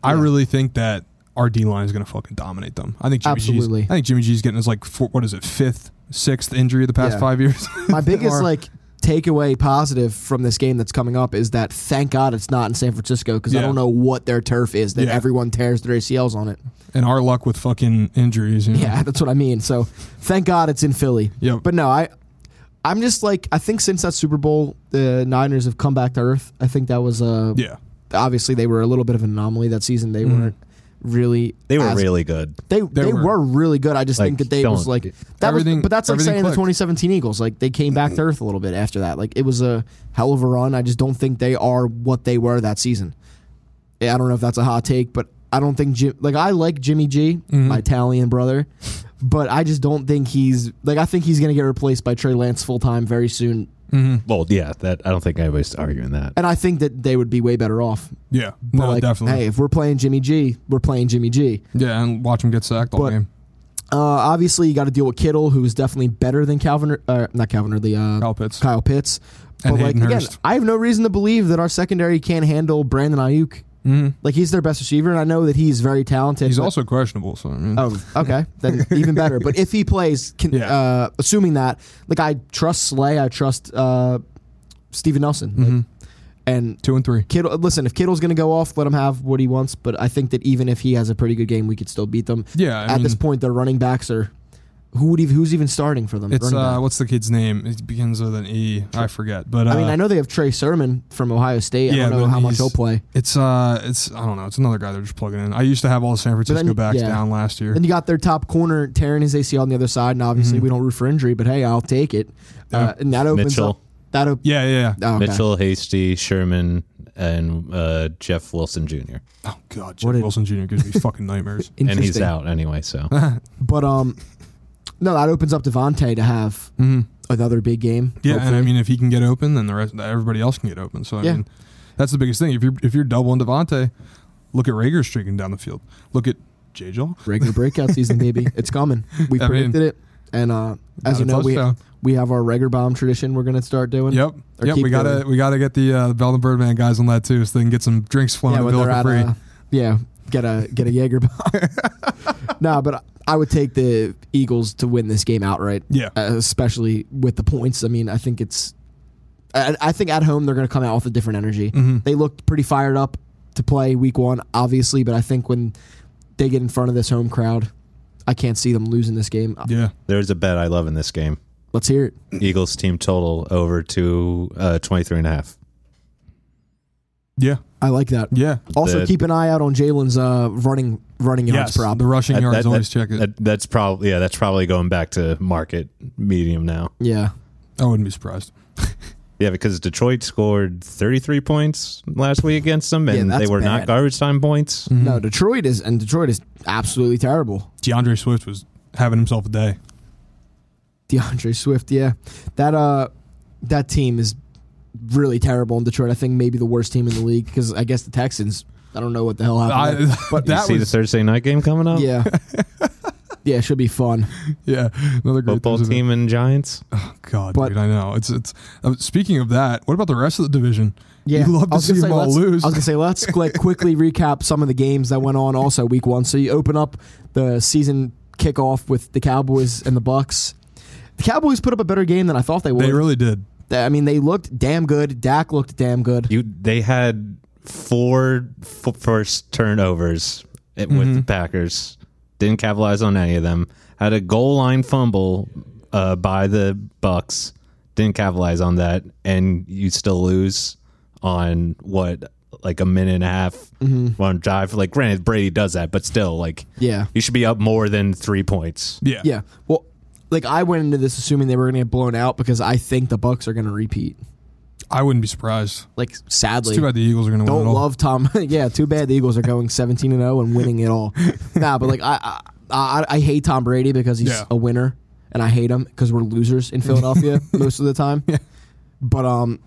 [SPEAKER 2] I
[SPEAKER 1] Yeah.
[SPEAKER 2] really think that our D line is going to fucking dominate them. I think Jimmy
[SPEAKER 1] Absolutely.
[SPEAKER 2] G's, I think Jimmy G's getting his like four, what is it fifth, sixth injury of the past
[SPEAKER 1] Yeah.
[SPEAKER 2] five years.
[SPEAKER 1] My biggest
[SPEAKER 2] Or-
[SPEAKER 1] like takeaway positive from this game that's coming up is that thank God it's not in San Francisco because I
[SPEAKER 2] Yeah.
[SPEAKER 1] don't know what their turf is that
[SPEAKER 2] Yeah.
[SPEAKER 1] everyone tears their ACLs on it.
[SPEAKER 2] and our luck with fucking injuries. You know?
[SPEAKER 1] Yeah, that's what I mean. So thank God it's in Philly.
[SPEAKER 2] Yep.
[SPEAKER 1] But no, I I'm just like I think since that Super Bowl the Niners have come back to earth. I think that was uh
[SPEAKER 2] yeah,
[SPEAKER 1] obviously they were a little bit of an anomaly that season. They weren't really
[SPEAKER 4] They were
[SPEAKER 1] as
[SPEAKER 4] really good.
[SPEAKER 1] They, they,
[SPEAKER 2] were.
[SPEAKER 1] were. really good. I just think that
[SPEAKER 4] Like,
[SPEAKER 1] they was
[SPEAKER 4] don't-
[SPEAKER 1] like that was,
[SPEAKER 2] Everything-
[SPEAKER 1] but that's like
[SPEAKER 2] everything
[SPEAKER 1] saying the
[SPEAKER 2] clicked. Mm-hmm.
[SPEAKER 1] 2017 Eagles like they came back to earth a little bit after that. Like it was a hell of a run. I just don't think they are what they were that season. Yeah, I don't know if that's a hot take, but I don't think Jim like I like Jimmy G,
[SPEAKER 2] Mm-hmm.
[SPEAKER 1] my Italian brother, but I just don't think he's like I think he's gonna get replaced by Trey Lance full time very soon,
[SPEAKER 2] Mm-hmm.
[SPEAKER 4] Well, yeah, that I don't think anybody's arguing that.
[SPEAKER 1] and I think that they would be way better off.
[SPEAKER 2] yeah,
[SPEAKER 1] But,
[SPEAKER 2] no,
[SPEAKER 1] like,
[SPEAKER 2] definitely.
[SPEAKER 1] Hey, if we're playing Jimmy G, we're playing Jimmy G.
[SPEAKER 2] Yeah, and watch him get sacked all
[SPEAKER 1] But-
[SPEAKER 2] game.
[SPEAKER 1] Uh, obviously, you got to deal with Kittle, who is definitely better than Calvin, uh, not Calvin Ridley, uh,
[SPEAKER 2] Kyle Pitts.
[SPEAKER 1] Kyle Pitts.
[SPEAKER 2] And
[SPEAKER 1] like
[SPEAKER 2] Hayden
[SPEAKER 1] again,
[SPEAKER 2] Hurst.
[SPEAKER 1] I have no reason to believe that our secondary can't handle Brandon Ayuk. Like he's their best receiver, and I know that he's very talented.
[SPEAKER 2] Mm-hmm. He's
[SPEAKER 1] but-
[SPEAKER 2] also questionable. So I mean,
[SPEAKER 1] Oh, okay, then even better. But if he plays, can,
[SPEAKER 2] Yeah.
[SPEAKER 1] uh, assuming that, like I trust Slay, I trust uh, Steven Nelson,
[SPEAKER 2] Mm-hmm.
[SPEAKER 1] like, and
[SPEAKER 2] two and three.
[SPEAKER 1] Kittle. Listen, if Kittle's going to go off, let him have what he wants. But I think that even if he has a pretty good game, we could still beat them.
[SPEAKER 2] Yeah, I
[SPEAKER 1] At this
[SPEAKER 2] mean-
[SPEAKER 1] point, their running backs are who would even, who's even starting for them?
[SPEAKER 2] It's
[SPEAKER 1] running
[SPEAKER 2] uh,
[SPEAKER 1] back?
[SPEAKER 2] what's the kid's name? It begins with an E. I forget, but uh,
[SPEAKER 1] I mean, I know they have Trey Sermon from Ohio State. I don't know
[SPEAKER 2] but
[SPEAKER 1] how much
[SPEAKER 2] he's-
[SPEAKER 1] he'll play.
[SPEAKER 2] It's uh, it's I don't know. It's another guy they're just plugging in. I used to have all the San Francisco
[SPEAKER 1] then-
[SPEAKER 2] backs
[SPEAKER 1] yeah.
[SPEAKER 2] down last year.
[SPEAKER 1] Then you got their top corner tearing his ACL on the other side, and obviously
[SPEAKER 2] Mhm.
[SPEAKER 1] we don't root for injury, but hey, I'll take it. Uh, and that opens
[SPEAKER 4] Mitchell.
[SPEAKER 1] up. That op-
[SPEAKER 2] yeah, yeah, yeah.
[SPEAKER 1] oh, okay.
[SPEAKER 4] Mitchell, Hasty, Sherman, and uh, Jeff Wilson Jr.
[SPEAKER 2] Oh god, Jim
[SPEAKER 1] What a-
[SPEAKER 2] Wilson Jr. gives me fucking nightmares.
[SPEAKER 4] And he's
[SPEAKER 1] Interesting.
[SPEAKER 4] out anyway, so
[SPEAKER 1] But um, no, that opens up Devontae to have another big game.
[SPEAKER 2] Yeah, and
[SPEAKER 1] Mm-hmm.
[SPEAKER 2] I
[SPEAKER 1] hopefully.
[SPEAKER 2] mean, if he can get open, then the rest everybody else can get open. So I
[SPEAKER 1] Yeah.
[SPEAKER 2] mean, that's the biggest thing. If you're if you're doubling Devontae, look at Rager streaking down the field. Look at J. Joel.
[SPEAKER 1] regular breakout season, baby. It's coming. We
[SPEAKER 2] I mean,
[SPEAKER 1] predicted it, and uh, as
[SPEAKER 2] got
[SPEAKER 1] you
[SPEAKER 2] a
[SPEAKER 1] know, we
[SPEAKER 2] touchdown.
[SPEAKER 1] we have our regular bomb tradition. We're gonna start doing.
[SPEAKER 2] Yep.
[SPEAKER 1] Or
[SPEAKER 2] Yep.
[SPEAKER 1] keep
[SPEAKER 2] We gotta
[SPEAKER 1] doing.
[SPEAKER 2] we gotta get the uh, Bell and Birdman guys on that too, so they can get some drinks flowing
[SPEAKER 1] Yeah,
[SPEAKER 2] to
[SPEAKER 1] when
[SPEAKER 2] Bill
[SPEAKER 1] they're at
[SPEAKER 2] for free.
[SPEAKER 1] uh, yeah, get a get a Jaeger bomb. nah, but I would take the Eagles to win this game outright.
[SPEAKER 2] Yeah.
[SPEAKER 1] uh, especially with the points. I mean, I think it's. I, I think at home they're gonna come out with a different energy. They looked pretty fired up to play Week One, obviously, but I think when they get in front of this home crowd, I can't see them losing this game. Uh,
[SPEAKER 2] Yeah.
[SPEAKER 4] There's a bet I love in this game.
[SPEAKER 1] Let's hear it.
[SPEAKER 4] Eagles team total over to uh, 23 and a half.
[SPEAKER 2] Yeah.
[SPEAKER 1] I like that.
[SPEAKER 2] Yeah.
[SPEAKER 1] Also,
[SPEAKER 4] The-
[SPEAKER 1] keep an eye out on Jalen's uh, running running yards
[SPEAKER 2] Yes.
[SPEAKER 1] prop.
[SPEAKER 2] The rushing
[SPEAKER 4] That-
[SPEAKER 2] yards
[SPEAKER 4] that-
[SPEAKER 2] always
[SPEAKER 4] that-
[SPEAKER 2] check it.
[SPEAKER 4] that- that's probably yeah. That's probably going back to market medium now.
[SPEAKER 1] Yeah,
[SPEAKER 2] I wouldn't be surprised.
[SPEAKER 4] Yeah, because Detroit scored 33 points last week against them, and
[SPEAKER 1] Yeah,
[SPEAKER 4] they
[SPEAKER 1] that's
[SPEAKER 4] were
[SPEAKER 1] bad.
[SPEAKER 4] not garbage time points.
[SPEAKER 2] Mm-hmm.
[SPEAKER 1] no, Detroit is and Detroit is absolutely terrible.
[SPEAKER 2] DeAndre Swift was having himself a day.
[SPEAKER 1] DeAndre Swift, yeah, that uh, that team is really terrible in Detroit. I think maybe the worst team in the league because I guess the Texans. I don't know what the hell
[SPEAKER 2] I,
[SPEAKER 1] happened. there.
[SPEAKER 2] but
[SPEAKER 4] You
[SPEAKER 2] that
[SPEAKER 4] see
[SPEAKER 2] was
[SPEAKER 4] the Thursday night game coming up.
[SPEAKER 1] yeah, yeah, it should be fun.
[SPEAKER 2] yeah another great
[SPEAKER 4] football
[SPEAKER 2] Thursday night.
[SPEAKER 4] team and Giants.
[SPEAKER 2] God,
[SPEAKER 1] But-
[SPEAKER 2] dude, I know it's it's. Uh, speaking of that, what about the rest of the division?
[SPEAKER 1] Yeah,
[SPEAKER 2] you
[SPEAKER 1] I
[SPEAKER 2] love to
[SPEAKER 1] was
[SPEAKER 2] see
[SPEAKER 1] gonna
[SPEAKER 2] them
[SPEAKER 1] say,
[SPEAKER 2] all
[SPEAKER 1] let's-
[SPEAKER 2] lose.
[SPEAKER 1] I was gonna say let's like quickly recap some of the games that went on also week one. So you open up the season kickoff with the Cowboys and the Bucks. The Cowboys put up a better game than I thought they would.
[SPEAKER 2] they really did.
[SPEAKER 1] I mean, they looked damn good. Dak looked damn good.
[SPEAKER 4] You they had four f- first turnovers at- with the Packers. Didn't capitalize on any of them. Had a goal line fumble uh, by the Bucks. Didn't capitalize on that, and you still lose on what like a minute and a half on drive. Like granted, Brady does that, but still, like
[SPEAKER 1] Yeah.
[SPEAKER 4] you should be up more than three points.
[SPEAKER 2] Yeah,
[SPEAKER 1] Yeah. Well, like I went into this assuming they were gonna get blown out because I think the Bucks are gonna repeat.
[SPEAKER 2] I wouldn't be surprised.
[SPEAKER 1] Like sadly,
[SPEAKER 2] It's too bad the Eagles are going to win
[SPEAKER 1] don't
[SPEAKER 2] it all.
[SPEAKER 1] love Tom. yeah, too bad the Eagles are going seventeen and zero and winning it all. Nah, but like I, I, I, I hate Tom Brady because he's
[SPEAKER 2] Yeah.
[SPEAKER 1] a winner, and I hate him because we're losers in Philadelphia most of the time. But um,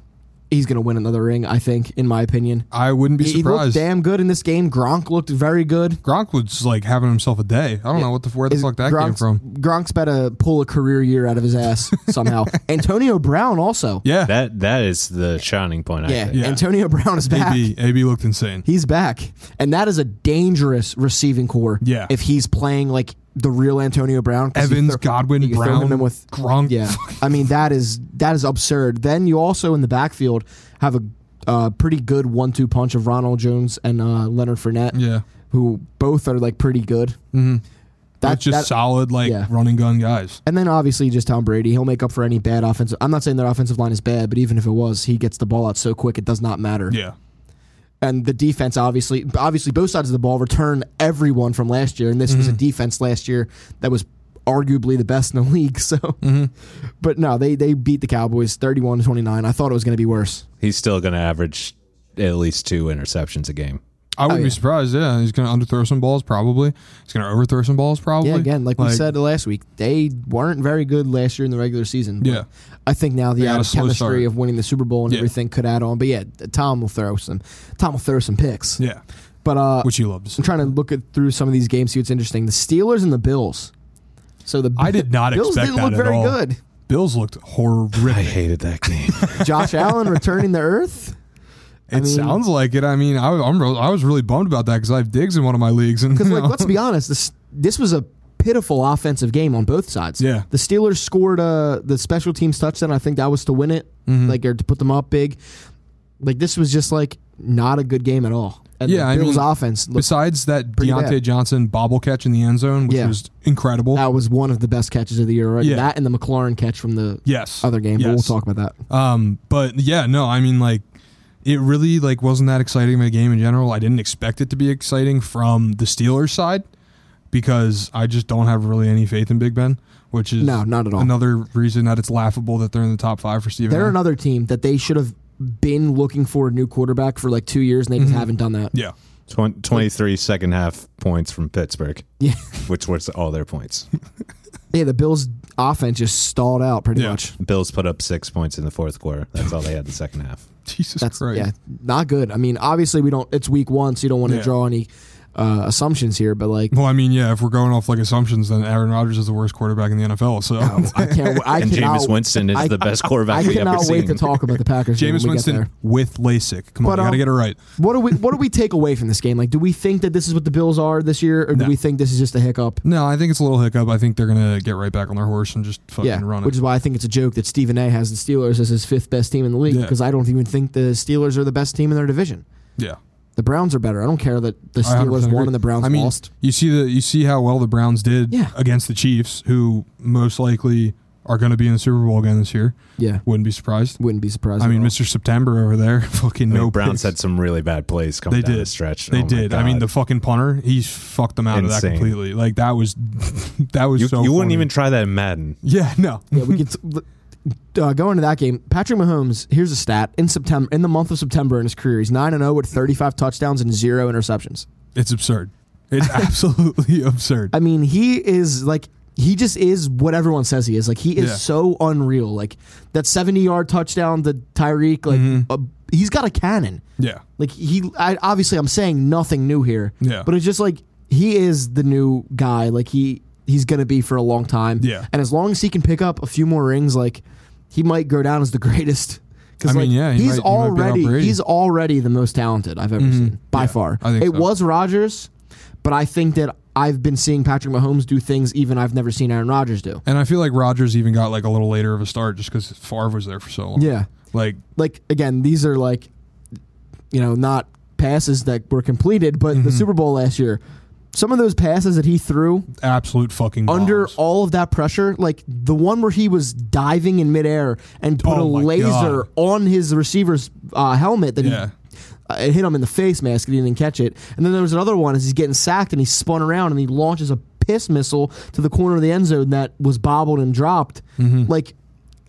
[SPEAKER 1] he's gonna win another ring, I think, in my opinion.
[SPEAKER 2] I wouldn't be
[SPEAKER 1] He he looked
[SPEAKER 2] surprised.
[SPEAKER 1] damn good in this game. Gronk looked very good.
[SPEAKER 2] Gronk was like having himself a day. I don't know what the where the
[SPEAKER 1] Is
[SPEAKER 2] fuck that came
[SPEAKER 1] Gronk's,
[SPEAKER 2] from.
[SPEAKER 1] Gronk's about to pull a career year out of his ass somehow. Antonio Brown also.
[SPEAKER 2] Yeah,
[SPEAKER 4] That that is the shining point. I
[SPEAKER 1] Yeah,
[SPEAKER 4] think.
[SPEAKER 2] Yeah.
[SPEAKER 1] Antonio Brown is back.
[SPEAKER 2] AB AB looked insane.
[SPEAKER 1] He's back. And that is a dangerous receiving core.
[SPEAKER 2] Yeah.
[SPEAKER 1] If he's playing like the real Antonio Brown. 'cause you
[SPEAKER 2] Evans,
[SPEAKER 1] throw-
[SPEAKER 2] Godwin,
[SPEAKER 1] you can throw
[SPEAKER 2] Brown,
[SPEAKER 1] him in with-
[SPEAKER 2] Gronk.
[SPEAKER 1] Yeah. I mean that is that is absurd. Then you also in the backfield have a uh, pretty good one two punch of Ronald Jones and uh, Leonard Fournette,
[SPEAKER 2] yeah. Mm-hmm.
[SPEAKER 1] who both are like pretty good. That,
[SPEAKER 2] That's just
[SPEAKER 1] that-
[SPEAKER 2] solid like
[SPEAKER 1] yeah.
[SPEAKER 2] running gun guys.
[SPEAKER 1] and then obviously just Tom Brady. He'll make up for any bad offensive. I'm not saying their offensive line is bad, but even if it was, he gets the ball out so quick it does not matter.
[SPEAKER 2] Yeah,
[SPEAKER 1] and the defense obviously obviously both sides of the ball return everyone from last year and this
[SPEAKER 2] Mm-hmm.
[SPEAKER 1] was a defense last year that was arguably the best in the league so
[SPEAKER 2] Mm-hmm.
[SPEAKER 1] but no they they beat the cowboys 31 to 29 i thought it was going to be worse
[SPEAKER 4] he's still going to average at least two interceptions a game.
[SPEAKER 2] I
[SPEAKER 1] Oh,
[SPEAKER 2] wouldn't
[SPEAKER 1] yeah.
[SPEAKER 2] be surprised. Yeah, he's going to underthrow some balls probably. He's going to overthrow some balls probably.
[SPEAKER 1] yeah again like, we said last week they weren't very good last year in the regular season but
[SPEAKER 2] Yeah.
[SPEAKER 1] i think now the
[SPEAKER 2] They got a
[SPEAKER 1] added
[SPEAKER 2] slow
[SPEAKER 1] chemistry
[SPEAKER 2] start.
[SPEAKER 1] of winning the super bowl and
[SPEAKER 2] Yeah.
[SPEAKER 1] everything could add on but yeah tom will throw some tom will throw some picks
[SPEAKER 2] Yeah,
[SPEAKER 1] but uh
[SPEAKER 2] which he loves.
[SPEAKER 1] i'm trying to look at through some of these games see what's interesting the steelers and the bills so the
[SPEAKER 2] I did not
[SPEAKER 1] bills
[SPEAKER 2] expect
[SPEAKER 1] didn't
[SPEAKER 2] that
[SPEAKER 1] look
[SPEAKER 2] at
[SPEAKER 1] very
[SPEAKER 2] all.
[SPEAKER 1] good
[SPEAKER 2] Bills looked horrific.
[SPEAKER 4] hated that game.
[SPEAKER 1] Josh Allen returning to Earth.
[SPEAKER 2] It sounds like it. I mean, I, I'm real, I was really bummed about that because I have digs in one of my leagues, and
[SPEAKER 1] because
[SPEAKER 2] you
[SPEAKER 1] like
[SPEAKER 2] know,
[SPEAKER 1] let's be honest, this this was a pitiful offensive game on both sides.
[SPEAKER 2] Yeah.
[SPEAKER 1] the Steelers scored uh, the special teams touchdown. I think that was to win it,
[SPEAKER 2] Mm-hmm.
[SPEAKER 1] like or to put them up big. Like this was just like not a good game at all. And
[SPEAKER 2] Yeah, I
[SPEAKER 1] the Bills
[SPEAKER 2] mean,
[SPEAKER 1] offense looked,
[SPEAKER 2] besides that
[SPEAKER 1] pretty
[SPEAKER 2] Deontay
[SPEAKER 1] bad.
[SPEAKER 2] Johnson bobble catch in the end zone, which
[SPEAKER 1] Yeah.
[SPEAKER 2] was incredible.
[SPEAKER 1] that was one of the best catches of the year. Right,
[SPEAKER 2] Yeah.
[SPEAKER 1] that and the McLaurin catch from the
[SPEAKER 2] yes,
[SPEAKER 1] other game. But we'll
[SPEAKER 2] Yes.
[SPEAKER 1] talk about that.
[SPEAKER 2] Um, but yeah, no, I mean, like, it really like wasn't that exciting of a game in general. I didn't expect it to be exciting from the Steelers side because I just don't have really any faith in Big Ben, which is
[SPEAKER 1] No, not at all.
[SPEAKER 2] Another reason that it's laughable that they're in the top five for Steven.
[SPEAKER 1] They're
[SPEAKER 2] A.
[SPEAKER 1] another team that they should have been looking for a new quarterback for like two years, and they just haven't done that.
[SPEAKER 2] yeah,
[SPEAKER 4] 23 second half points from Pittsburgh,
[SPEAKER 1] Yeah.
[SPEAKER 4] which was all their points.
[SPEAKER 1] Yeah, the Bills' offense just stalled out pretty
[SPEAKER 2] Yeah.
[SPEAKER 1] much.
[SPEAKER 4] Bills put up six points in the fourth quarter. That's all they had in the second half.
[SPEAKER 2] Jesus
[SPEAKER 1] That's
[SPEAKER 2] Christ.
[SPEAKER 1] yeah, not good. I mean, obviously we don't. It's week one, so you don't want to
[SPEAKER 2] Yeah.
[SPEAKER 1] draw any uh, assumptions here. But like,
[SPEAKER 2] Well, I mean, yeah, if we're going off like assumptions, then Aaron Rodgers is the worst quarterback in the NFL. So
[SPEAKER 1] I can't. I
[SPEAKER 4] And
[SPEAKER 1] cannot,
[SPEAKER 4] Jameis Winston is
[SPEAKER 1] I-
[SPEAKER 4] the best quarterback
[SPEAKER 1] I
[SPEAKER 4] we've ever
[SPEAKER 1] cannot wait
[SPEAKER 4] seen.
[SPEAKER 1] to talk about the Packers. game
[SPEAKER 2] Jameis
[SPEAKER 1] when we get
[SPEAKER 2] Winston
[SPEAKER 1] there.
[SPEAKER 2] with LASIK. Come
[SPEAKER 1] But,
[SPEAKER 2] on, you got
[SPEAKER 1] um,
[SPEAKER 2] to get it right.
[SPEAKER 1] What do we What do we take away from this game? Like, do we think that this is what the Bills are this year, or do
[SPEAKER 2] No.
[SPEAKER 1] we think this is just a hiccup?
[SPEAKER 2] No, I think it's a little hiccup. I think they're gonna get right back on their horse and just fucking
[SPEAKER 1] Yeah,
[SPEAKER 2] run it.
[SPEAKER 1] which is why I think it's a joke that Stephen A. has the Steelers as his fifth best team in the league
[SPEAKER 2] Yeah.
[SPEAKER 1] because I don't even think the Steelers are the best team in their division.
[SPEAKER 2] yeah,
[SPEAKER 1] The Browns are better. I don't care that the
[SPEAKER 2] I 100%
[SPEAKER 1] Steelers won
[SPEAKER 2] agree.
[SPEAKER 1] and the Browns
[SPEAKER 2] I mean,
[SPEAKER 1] lost.
[SPEAKER 2] You see the you see how well the Browns did
[SPEAKER 1] Yeah.
[SPEAKER 2] against the Chiefs, who most likely are going to be in the Super Bowl again this year.
[SPEAKER 1] Yeah,
[SPEAKER 2] Wouldn't be surprised.
[SPEAKER 1] wouldn't be surprised.
[SPEAKER 2] I
[SPEAKER 1] at
[SPEAKER 2] mean,
[SPEAKER 1] all.
[SPEAKER 2] Mr. September over there, fucking
[SPEAKER 4] I mean,
[SPEAKER 2] no
[SPEAKER 4] Browns
[SPEAKER 2] picks.
[SPEAKER 4] had some really bad plays coming
[SPEAKER 2] They
[SPEAKER 4] down
[SPEAKER 2] did
[SPEAKER 4] the stretch.
[SPEAKER 2] They
[SPEAKER 4] Oh my
[SPEAKER 2] did. I
[SPEAKER 4] God.
[SPEAKER 2] mean, the fucking punter, he's fucked them out of that
[SPEAKER 4] Insane.
[SPEAKER 2] completely. Like that was that was
[SPEAKER 4] you,
[SPEAKER 2] so.
[SPEAKER 4] you wouldn't
[SPEAKER 2] funny.
[SPEAKER 4] even try that in Madden.
[SPEAKER 2] Yeah, no.
[SPEAKER 1] yeah, we get uh, going to that game. Patrick Mahomes. Here's a stat in September, in the month of September in his career, he's nine and zero with 35 touchdowns and zero interceptions.
[SPEAKER 2] It's absurd. It's absolutely absurd.
[SPEAKER 1] I mean, he is like he just is what everyone says he is. Like he is
[SPEAKER 2] Yeah.
[SPEAKER 1] so unreal. Like that 70 yard touchdown to Tyreek. Like
[SPEAKER 2] Mm-hmm.
[SPEAKER 1] uh, he's got a cannon.
[SPEAKER 2] yeah.
[SPEAKER 1] Like he, I, obviously, I'm saying nothing new here.
[SPEAKER 2] Yeah.
[SPEAKER 1] But it's just like he is the new guy. Like he, he's gonna be for a long time.
[SPEAKER 2] Yeah.
[SPEAKER 1] And as long as he can pick up a few more rings, like he might go down as the greatest.
[SPEAKER 2] I
[SPEAKER 1] Because
[SPEAKER 2] mean, yeah, he
[SPEAKER 1] he's
[SPEAKER 2] might- he might beat out
[SPEAKER 1] already
[SPEAKER 2] Brady.
[SPEAKER 1] he's already the most talented I've ever seen by far.
[SPEAKER 2] Mm-hmm. I think
[SPEAKER 1] it
[SPEAKER 2] so.
[SPEAKER 1] was Rodgers, but I think that I've been seeing Patrick Mahomes do things even I've never seen Aaron Rodgers do.
[SPEAKER 2] And I feel like Rogers even got like a little later of a start just because Favre was there for so long.
[SPEAKER 1] Yeah.
[SPEAKER 2] Like
[SPEAKER 1] like again, these are like you know, not passes that were completed, but
[SPEAKER 2] Mm-hmm.
[SPEAKER 1] the Super Bowl last year. Some of those passes that he threw
[SPEAKER 2] absolute fucking
[SPEAKER 1] under
[SPEAKER 2] bombs.
[SPEAKER 1] all of that pressure, like the one where he was diving in midair and put
[SPEAKER 2] Oh
[SPEAKER 1] a
[SPEAKER 2] my
[SPEAKER 1] laser
[SPEAKER 2] God.
[SPEAKER 1] on his receiver's uh, helmet that
[SPEAKER 2] Yeah.
[SPEAKER 1] he uh, it hit him in the face mask and he didn't catch it. And then there was another one as he's getting sacked and he spun around and he launches a piss missile to the corner of the end zone that was bobbled and dropped.
[SPEAKER 2] Mm-hmm.
[SPEAKER 1] Like,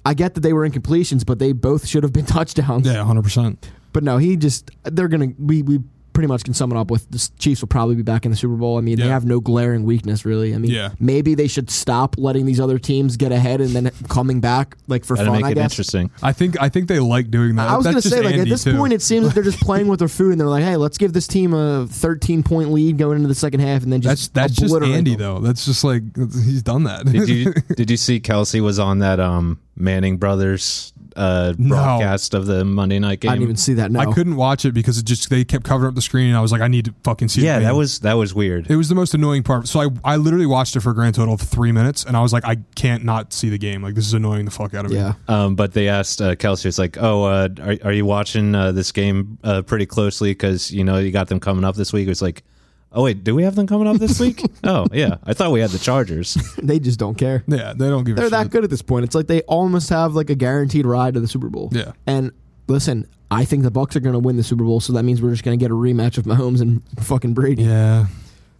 [SPEAKER 1] I get that they were incompletions, but they both should have been touchdowns.
[SPEAKER 2] Yeah, hundred percent.
[SPEAKER 1] But no, he just they're gonna we we pretty much can sum it up with the Chiefs will probably be back in the Super Bowl. I mean,
[SPEAKER 2] Yeah.
[SPEAKER 1] they have no glaring weakness really. I mean,
[SPEAKER 2] Yeah.
[SPEAKER 1] maybe they should stop letting these other teams get ahead and then coming back like for
[SPEAKER 4] That'd
[SPEAKER 1] fun.
[SPEAKER 4] make
[SPEAKER 1] I
[SPEAKER 4] it
[SPEAKER 1] guess.
[SPEAKER 4] interesting.
[SPEAKER 2] I think I think they like doing that.
[SPEAKER 1] I was
[SPEAKER 2] That's
[SPEAKER 1] gonna
[SPEAKER 2] just
[SPEAKER 1] say like at
[SPEAKER 2] Andy,
[SPEAKER 1] this
[SPEAKER 2] too.
[SPEAKER 1] point it seems like they're just playing with their food and they're like, hey, let's give this team a 13 point lead going into the second half and then
[SPEAKER 2] that's
[SPEAKER 1] just
[SPEAKER 2] that's just
[SPEAKER 1] obliterate
[SPEAKER 2] Andy
[SPEAKER 1] them.
[SPEAKER 2] though. That's just like he's done that.
[SPEAKER 4] Did you did you see Kelsey was on that um Manning brothers uh broadcast of the Monday night game?
[SPEAKER 1] I didn't even see that. No,
[SPEAKER 2] I couldn't watch it because it just they kept covering up the screen and I was like I need to fucking see.
[SPEAKER 4] Yeah,
[SPEAKER 2] it,
[SPEAKER 4] that
[SPEAKER 2] man.
[SPEAKER 4] was that was weird.
[SPEAKER 2] It was the most annoying part. So I, I literally watched it for a grand total of three minutes, and I was like, I can't not see the game. Like this is annoying the fuck out of me.
[SPEAKER 1] Yeah,
[SPEAKER 4] Um, but they asked uh, Kelsey, it's like, oh, uh, are, are you watching uh, this game uh, pretty closely? Because, you know, you got them coming up this week. It was like, oh, wait, do we have them coming up this week? oh, yeah. I thought we had the Chargers.
[SPEAKER 1] they just don't care.
[SPEAKER 2] yeah, they don't give. a
[SPEAKER 1] They're that
[SPEAKER 2] shit.
[SPEAKER 1] good at this point. It's like they almost have like a guaranteed ride to the Super Bowl.
[SPEAKER 2] Yeah.
[SPEAKER 1] And listen, I think the Bucks are going to win the Super Bowl, so that means we're just going to get a rematch of Mahomes and fucking Brady.
[SPEAKER 2] Yeah,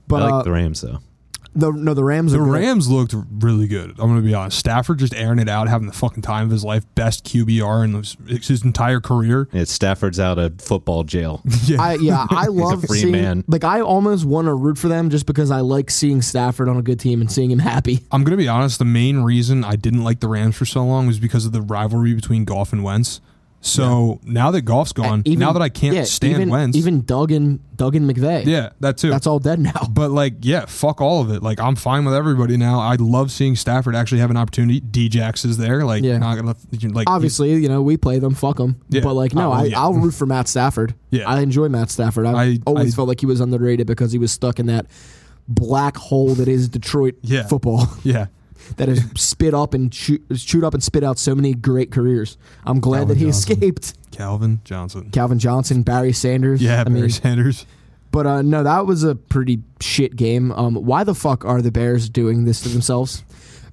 [SPEAKER 1] But
[SPEAKER 4] I like
[SPEAKER 1] uh,
[SPEAKER 4] the Rams, though.
[SPEAKER 1] the, no, the Rams.
[SPEAKER 2] the
[SPEAKER 1] are good.
[SPEAKER 2] Rams looked really good. I'm gonna be honest. Stafford just airing it out, having the fucking time of his life, best QBR in his, his entire career.
[SPEAKER 4] It's Stafford's out of football jail.
[SPEAKER 2] Yeah,
[SPEAKER 1] I, yeah, I love
[SPEAKER 4] free
[SPEAKER 1] seeing.
[SPEAKER 4] man.
[SPEAKER 1] Like, I almost want to root for them just because I like seeing Stafford on a good team and seeing him happy.
[SPEAKER 2] I'm gonna be honest. The main reason I didn't like the Rams for so long was because of the rivalry between Goff and Wentz. So now that Goff's gone,
[SPEAKER 1] Even-
[SPEAKER 2] now that I can't
[SPEAKER 1] yeah,
[SPEAKER 2] stand
[SPEAKER 1] even,
[SPEAKER 2] Wentz,
[SPEAKER 1] even Duggan, Duggan McVeigh.
[SPEAKER 2] yeah, that too.
[SPEAKER 1] that's all dead now.
[SPEAKER 2] But like, yeah, fuck all of it. Like, I'm fine with everybody now. I love seeing Stafford actually have an opportunity. Djax is there. Like,
[SPEAKER 1] Yeah.
[SPEAKER 2] not gonna you can, like
[SPEAKER 1] Obviously, you know we play them. Fuck them.
[SPEAKER 2] Yeah.
[SPEAKER 1] But like, no,
[SPEAKER 2] Oh,
[SPEAKER 1] I,
[SPEAKER 2] yeah.
[SPEAKER 1] I'll root for Matt Stafford.
[SPEAKER 2] Yeah.
[SPEAKER 1] I enjoy Matt Stafford. I,
[SPEAKER 2] I-
[SPEAKER 1] always
[SPEAKER 2] I-
[SPEAKER 1] felt like he was underrated because he was stuck in that black hole that is Detroit
[SPEAKER 2] Yeah.
[SPEAKER 1] football
[SPEAKER 2] he- yeah,
[SPEAKER 1] that has spit up and chew, chewed up and spit out so many great careers. I'm glad
[SPEAKER 2] Calvin
[SPEAKER 1] that he
[SPEAKER 2] Johnson.
[SPEAKER 1] escaped.
[SPEAKER 2] Calvin Johnson.
[SPEAKER 1] Calvin Johnson, Barry Sanders.
[SPEAKER 2] yeah,
[SPEAKER 1] I
[SPEAKER 2] Barry
[SPEAKER 1] mean,
[SPEAKER 2] Sanders.
[SPEAKER 1] but uh, no, that was a pretty shit game. Um, why the fuck are the Bears doing this to themselves?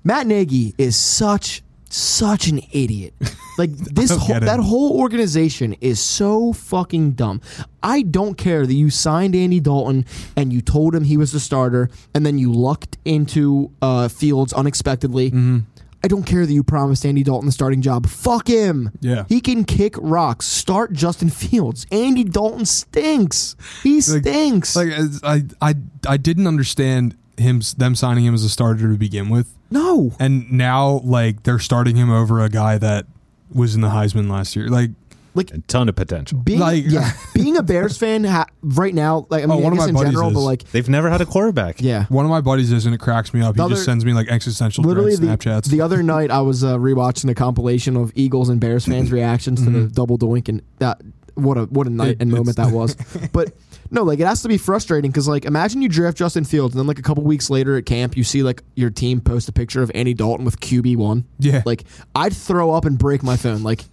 [SPEAKER 1] Matt Nagy is such such an idiot. Like this
[SPEAKER 2] don't
[SPEAKER 1] whole,
[SPEAKER 2] get it.
[SPEAKER 1] that whole organization is so fucking dumb. I don't care that you signed Andy Dalton and you told him he was the starter, and then you lucked into uh, Fields unexpectedly.
[SPEAKER 2] Mm-hmm.
[SPEAKER 1] I don't care that you promised Andy Dalton the starting job. Fuck him.
[SPEAKER 2] Yeah.
[SPEAKER 1] He can kick rocks. Start Justin Fields. Andy Dalton stinks. He stinks.
[SPEAKER 2] Like, it's- I, I, I didn't understand him s- them signing him as a starter to begin with,
[SPEAKER 1] no.
[SPEAKER 2] and now like they're starting him over a guy that was in the Heisman last year. Like,
[SPEAKER 1] Like
[SPEAKER 4] A ton of potential.
[SPEAKER 1] being
[SPEAKER 2] like-
[SPEAKER 1] yeah, being a Bears fan ha- right now, like I mean,
[SPEAKER 2] Oh, one
[SPEAKER 1] I
[SPEAKER 2] of
[SPEAKER 1] guess
[SPEAKER 2] my
[SPEAKER 1] in
[SPEAKER 2] buddies
[SPEAKER 1] general, but
[SPEAKER 2] is.
[SPEAKER 1] like
[SPEAKER 4] They've never had a quarterback.
[SPEAKER 1] yeah.
[SPEAKER 2] one of my buddies is, and it cracks me up. He
[SPEAKER 1] The
[SPEAKER 2] just
[SPEAKER 1] other-
[SPEAKER 2] sends me like existential dread
[SPEAKER 1] Literally, the,
[SPEAKER 2] Snapchats.
[SPEAKER 1] the other night I was uh, rewatching a compilation of Eagles and Bears fans' reactions to the double doink, and that what a what a night
[SPEAKER 2] Mm-hmm. It-
[SPEAKER 1] and moment
[SPEAKER 2] it's-
[SPEAKER 1] that was. But no, like it has to be frustrating because like imagine you draft Justin Fields, and then like a couple weeks later at camp, you see like your team post a picture of Andy Dalton with QB one.
[SPEAKER 2] Yeah.
[SPEAKER 1] like I'd throw up and break my phone. Like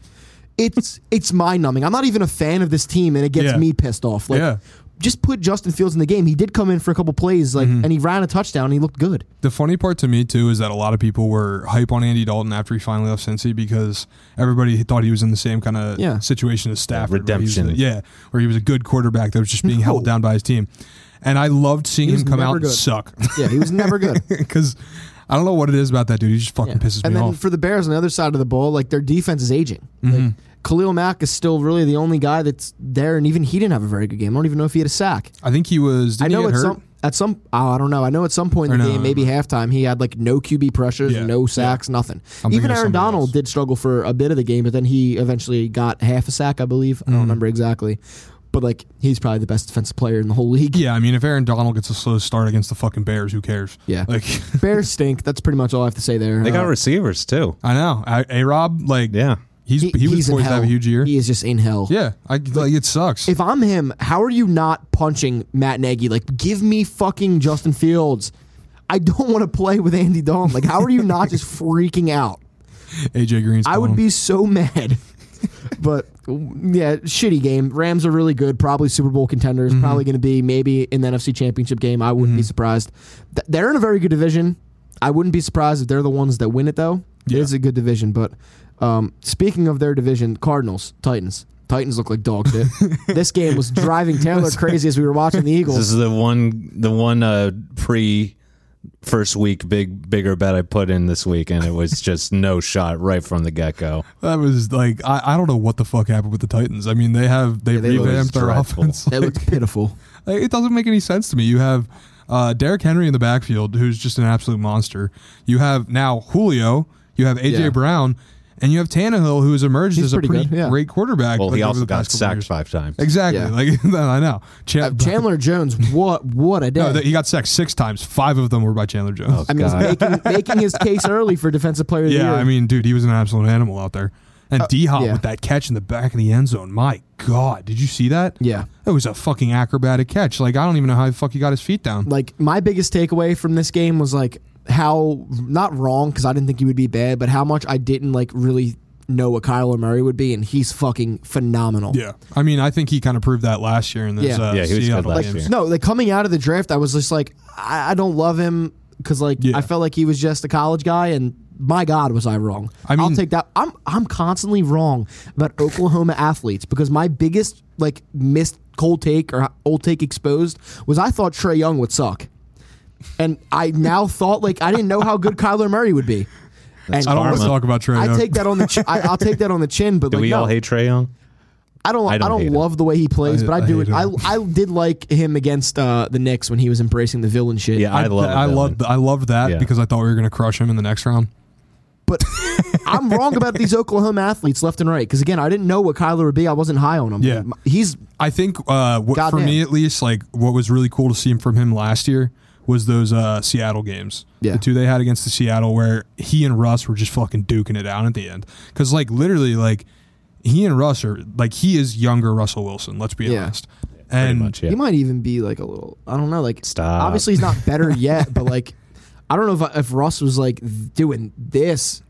[SPEAKER 1] it's it's mind numbing. I'm not even a fan of this team, and it gets
[SPEAKER 2] Yeah.
[SPEAKER 1] me pissed off. Like,
[SPEAKER 2] Yeah.
[SPEAKER 1] just put Justin Fields in the game. He did come in for a couple plays, like,
[SPEAKER 2] Mm-hmm.
[SPEAKER 1] and he ran a touchdown. and He looked good.
[SPEAKER 2] The funny part to me too is that a lot of people were hype on Andy Dalton after he finally left Cincy because everybody thought he was in the same kind of
[SPEAKER 1] Yeah.
[SPEAKER 2] situation as Stafford. where he was
[SPEAKER 4] redemption.
[SPEAKER 2] the- yeah, where he was a good quarterback that was just being held
[SPEAKER 1] No.
[SPEAKER 2] down by his team. And I loved seeing
[SPEAKER 1] He was
[SPEAKER 2] him come
[SPEAKER 1] never
[SPEAKER 2] out and
[SPEAKER 1] good.
[SPEAKER 2] suck
[SPEAKER 1] Yeah, he was never good.
[SPEAKER 2] because I don't know what it is about that dude. He just fucking
[SPEAKER 1] Yeah.
[SPEAKER 2] pisses
[SPEAKER 1] and
[SPEAKER 2] me
[SPEAKER 1] then
[SPEAKER 2] off. Mm-hmm.
[SPEAKER 1] for the Bears on the other side of the ball, like their defense is aging. Like, Khalil Mack is still really the only guy that's there, and even he didn't have a very good game. I don't even know if he had a sack.
[SPEAKER 2] I think he was. Didn't
[SPEAKER 1] I know
[SPEAKER 2] he
[SPEAKER 1] at
[SPEAKER 2] get hurt?
[SPEAKER 1] some at some oh, I don't know. I know at some point in
[SPEAKER 2] Or
[SPEAKER 1] the
[SPEAKER 2] no,
[SPEAKER 1] game,
[SPEAKER 2] no,
[SPEAKER 1] maybe halftime, he had like no QB pressures,
[SPEAKER 2] Yeah,
[SPEAKER 1] no sacks, nothing.
[SPEAKER 2] I'm thinking
[SPEAKER 1] Even
[SPEAKER 2] of
[SPEAKER 1] Aaron
[SPEAKER 2] somebody
[SPEAKER 1] Donald
[SPEAKER 2] else.
[SPEAKER 1] did struggle for a bit of the game, but then he eventually got half a sack, I believe.
[SPEAKER 2] Mm.
[SPEAKER 1] I don't remember exactly. But like he's probably the best defensive player in the whole league.
[SPEAKER 2] Yeah, I mean, if Aaron Donald gets a slow start against the fucking Bears, who cares?
[SPEAKER 1] Yeah.
[SPEAKER 2] like
[SPEAKER 1] Bears stink. That's pretty much all I have to say there.
[SPEAKER 4] They got
[SPEAKER 1] Uh,
[SPEAKER 4] receivers too.
[SPEAKER 2] I know, a Rob, like
[SPEAKER 4] Yeah.
[SPEAKER 2] he's he, was
[SPEAKER 1] he's in
[SPEAKER 2] poised to have a
[SPEAKER 1] hell.
[SPEAKER 2] huge year.
[SPEAKER 1] He is just in hell.
[SPEAKER 2] yeah, I like it sucks.
[SPEAKER 1] If I'm him, how are you not punching Matt Nagy? Like, give me fucking Justin Fields. I don't want to play with Andy Dalton. Like, how are you not just freaking out?
[SPEAKER 2] AJ Green's,
[SPEAKER 1] I
[SPEAKER 2] calling
[SPEAKER 1] would
[SPEAKER 2] him.
[SPEAKER 1] be so mad. but yeah, shitty game. Rams are really good, probably Super Bowl contenders,
[SPEAKER 2] Mm-hmm.
[SPEAKER 1] probably going to be maybe in the NFC Championship game. I wouldn't be surprised. Th- they're in a very good division. I wouldn't be surprised if they're the ones that win it though.
[SPEAKER 2] Yeah.
[SPEAKER 1] It is a good division, but um, speaking of their division, Cardinals, Titans. Titans look like dog shit. this game was driving Taylor crazy as we were watching the Eagles.
[SPEAKER 4] This is the one the one uh pre first week big bigger bet I put in this week and it was just no shot right from the get go.
[SPEAKER 2] That was like I, I don't know what the fuck happened with the Titans. I mean, they have they,
[SPEAKER 1] they look
[SPEAKER 2] revamped their
[SPEAKER 4] dreadful.
[SPEAKER 2] offense.
[SPEAKER 1] That looked pitiful.
[SPEAKER 2] Like, it doesn't make any sense to me. You have uh, Derrick Henry in the backfield, who's just an absolute monster. You have now Julio. You have AJ
[SPEAKER 1] Yeah.
[SPEAKER 2] Brown, and you have Tannehill, who has emerged
[SPEAKER 1] He's
[SPEAKER 2] as a
[SPEAKER 1] pretty
[SPEAKER 2] pretty
[SPEAKER 1] good, yeah.
[SPEAKER 2] great quarterback.
[SPEAKER 4] Well,
[SPEAKER 2] like,
[SPEAKER 4] he
[SPEAKER 2] over
[SPEAKER 4] also
[SPEAKER 2] the
[SPEAKER 4] got
[SPEAKER 2] past couple
[SPEAKER 4] sacked
[SPEAKER 2] years.
[SPEAKER 4] five times.
[SPEAKER 2] Exactly.
[SPEAKER 1] Yeah.
[SPEAKER 2] Like I know.
[SPEAKER 1] Uh,
[SPEAKER 2] Chan-
[SPEAKER 1] Chandler Jones, what what a day.
[SPEAKER 2] No, that- he got sacked six times. Five of them were by Chandler Jones.
[SPEAKER 1] I mean, he's
[SPEAKER 4] God.
[SPEAKER 1] making, making his case early for defensive player of the
[SPEAKER 2] yeah,
[SPEAKER 1] year.
[SPEAKER 2] I mean, dude, he was an absolute animal out there. And D Hop
[SPEAKER 1] yeah.
[SPEAKER 2] with that catch in the back of the end zone. My God, did you see that?
[SPEAKER 1] Yeah.
[SPEAKER 2] It was a fucking acrobatic catch. Like, I don't even know how the fuck he got his feet down.
[SPEAKER 1] like my biggest takeaway from this game was like how not wrong because I didn't think he would be bad, but how much I didn't like really know what Kyler Murray would be, and he's fucking phenomenal.
[SPEAKER 2] Yeah. I mean, I think he kind of proved that last year in this
[SPEAKER 1] Yeah.
[SPEAKER 2] uh,
[SPEAKER 4] Yeah, he was good
[SPEAKER 2] Seattle
[SPEAKER 4] last
[SPEAKER 1] like
[SPEAKER 2] game.
[SPEAKER 4] year.
[SPEAKER 1] no, like coming out of the draft, I was just like, I, I don't love him because like
[SPEAKER 2] Yeah.
[SPEAKER 1] I felt like he was just a college guy, and my God, was I wrong?
[SPEAKER 2] I
[SPEAKER 1] I'll
[SPEAKER 2] mean-
[SPEAKER 1] take that. I'm I'm constantly wrong about Oklahoma athletes because my biggest like missed cold take or old take exposed was I thought Trey Young would suck, and I now thought like I didn't know how good Kyler Murray would be. and
[SPEAKER 2] I don't want to
[SPEAKER 4] Karma.
[SPEAKER 2] talk about Trey.
[SPEAKER 1] I
[SPEAKER 2] Young.
[SPEAKER 1] take that on the chin. I, I'll take that on the chin, but
[SPEAKER 4] Do
[SPEAKER 1] like,
[SPEAKER 4] we
[SPEAKER 1] no.
[SPEAKER 4] all hate Trey Young?
[SPEAKER 1] I don't.
[SPEAKER 4] I
[SPEAKER 1] I
[SPEAKER 4] don't
[SPEAKER 1] don't,
[SPEAKER 4] hate him.
[SPEAKER 1] love the way he plays,
[SPEAKER 2] I-
[SPEAKER 1] but I,
[SPEAKER 2] I
[SPEAKER 1] do.
[SPEAKER 2] hate
[SPEAKER 1] it. I
[SPEAKER 2] him.
[SPEAKER 1] I did like him against uh, the Knicks when he was embracing the villain shit.
[SPEAKER 4] Yeah, I, love
[SPEAKER 2] I
[SPEAKER 4] that
[SPEAKER 2] loved, I loved that
[SPEAKER 4] Yeah.
[SPEAKER 2] because I thought we were going to crush him in the next round.
[SPEAKER 1] but I'm wrong about these Oklahoma athletes left and right. Because again, I didn't know what Kyler would be. I wasn't high on him.
[SPEAKER 2] Yeah.
[SPEAKER 1] he's
[SPEAKER 2] I think uh, what, for
[SPEAKER 1] Goddamn.
[SPEAKER 2] me at least, like what was really cool to see from him last year was those uh, Seattle games.
[SPEAKER 1] Yeah.
[SPEAKER 2] The two they had against the Seattle where he and Russ were just fucking duking it out at the end. Because like literally, like he and Russ are like he is younger Russell Wilson. Let's be
[SPEAKER 1] Yeah.
[SPEAKER 2] honest.
[SPEAKER 4] pretty
[SPEAKER 2] And
[SPEAKER 4] much, yeah.
[SPEAKER 1] he might even be like a little. I don't know. Like
[SPEAKER 4] Stop.
[SPEAKER 1] Obviously, he's not better yet, but like I don't know if if Russ was like doing this.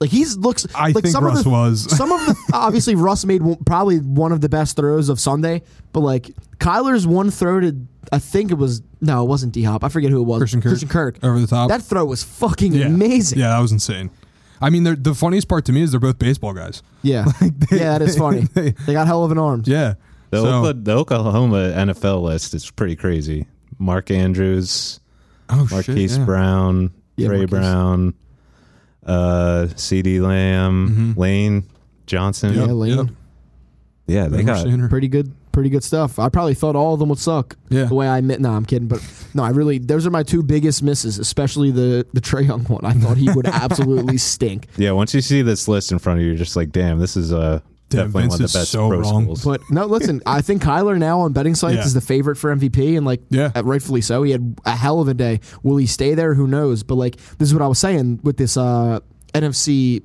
[SPEAKER 1] Like he's looks.
[SPEAKER 2] I
[SPEAKER 1] like
[SPEAKER 2] think
[SPEAKER 1] some of
[SPEAKER 2] Russ
[SPEAKER 1] the-
[SPEAKER 2] was.
[SPEAKER 1] some of the obviously Russ made one, probably one of the best throws of Sunday, but like Kyler's one throw to I think it was no, it wasn't D Hop. I forget who it was.
[SPEAKER 2] Christian Kirk, over the top.
[SPEAKER 1] That throw was fucking
[SPEAKER 2] yeah.
[SPEAKER 1] amazing.
[SPEAKER 2] Yeah, that was insane. I mean, they're- the funniest part to me is they're both baseball guys.
[SPEAKER 1] Yeah, yeah, that is funny. They, got hell of an arm.
[SPEAKER 2] Yeah.
[SPEAKER 4] The,
[SPEAKER 2] So-
[SPEAKER 4] Oklahoma, the Oklahoma NFL list is pretty crazy. Mark Andrews,
[SPEAKER 2] oh, shit,
[SPEAKER 4] Marquise
[SPEAKER 2] yeah.
[SPEAKER 4] Brown,
[SPEAKER 1] Yeah,
[SPEAKER 4] Trey
[SPEAKER 1] Marquise.
[SPEAKER 4] Brown, uh, C.D. Lamb, Lane Johnson.
[SPEAKER 1] Yeah, Lane.
[SPEAKER 2] Yep.
[SPEAKER 4] Yeah, they
[SPEAKER 2] Bengals
[SPEAKER 4] got
[SPEAKER 2] center.
[SPEAKER 1] Pretty good, pretty good stuff. I probably thought all of them would suck.
[SPEAKER 2] Yeah.
[SPEAKER 1] the way I admit. No, I'm kidding. But no, I really those are my two biggest misses, especially the the Trey Young one. I thought he would absolutely stink.
[SPEAKER 4] Yeah, once you see this list in front of you, you're just like, damn, this is uh,
[SPEAKER 2] Damn,
[SPEAKER 4] definitely
[SPEAKER 2] Vince
[SPEAKER 4] one of
[SPEAKER 2] is
[SPEAKER 4] the best
[SPEAKER 2] so
[SPEAKER 4] pro
[SPEAKER 2] wrong.
[SPEAKER 4] schools.
[SPEAKER 1] But no, listen, I think Kyler now on betting sites
[SPEAKER 2] Yeah.
[SPEAKER 1] is the favorite for MVP, and like,
[SPEAKER 2] Yeah.
[SPEAKER 1] uh, rightfully so. He had a hell of a day. Will he stay there? Who knows? But like, this is what I was saying with this uh, NFC,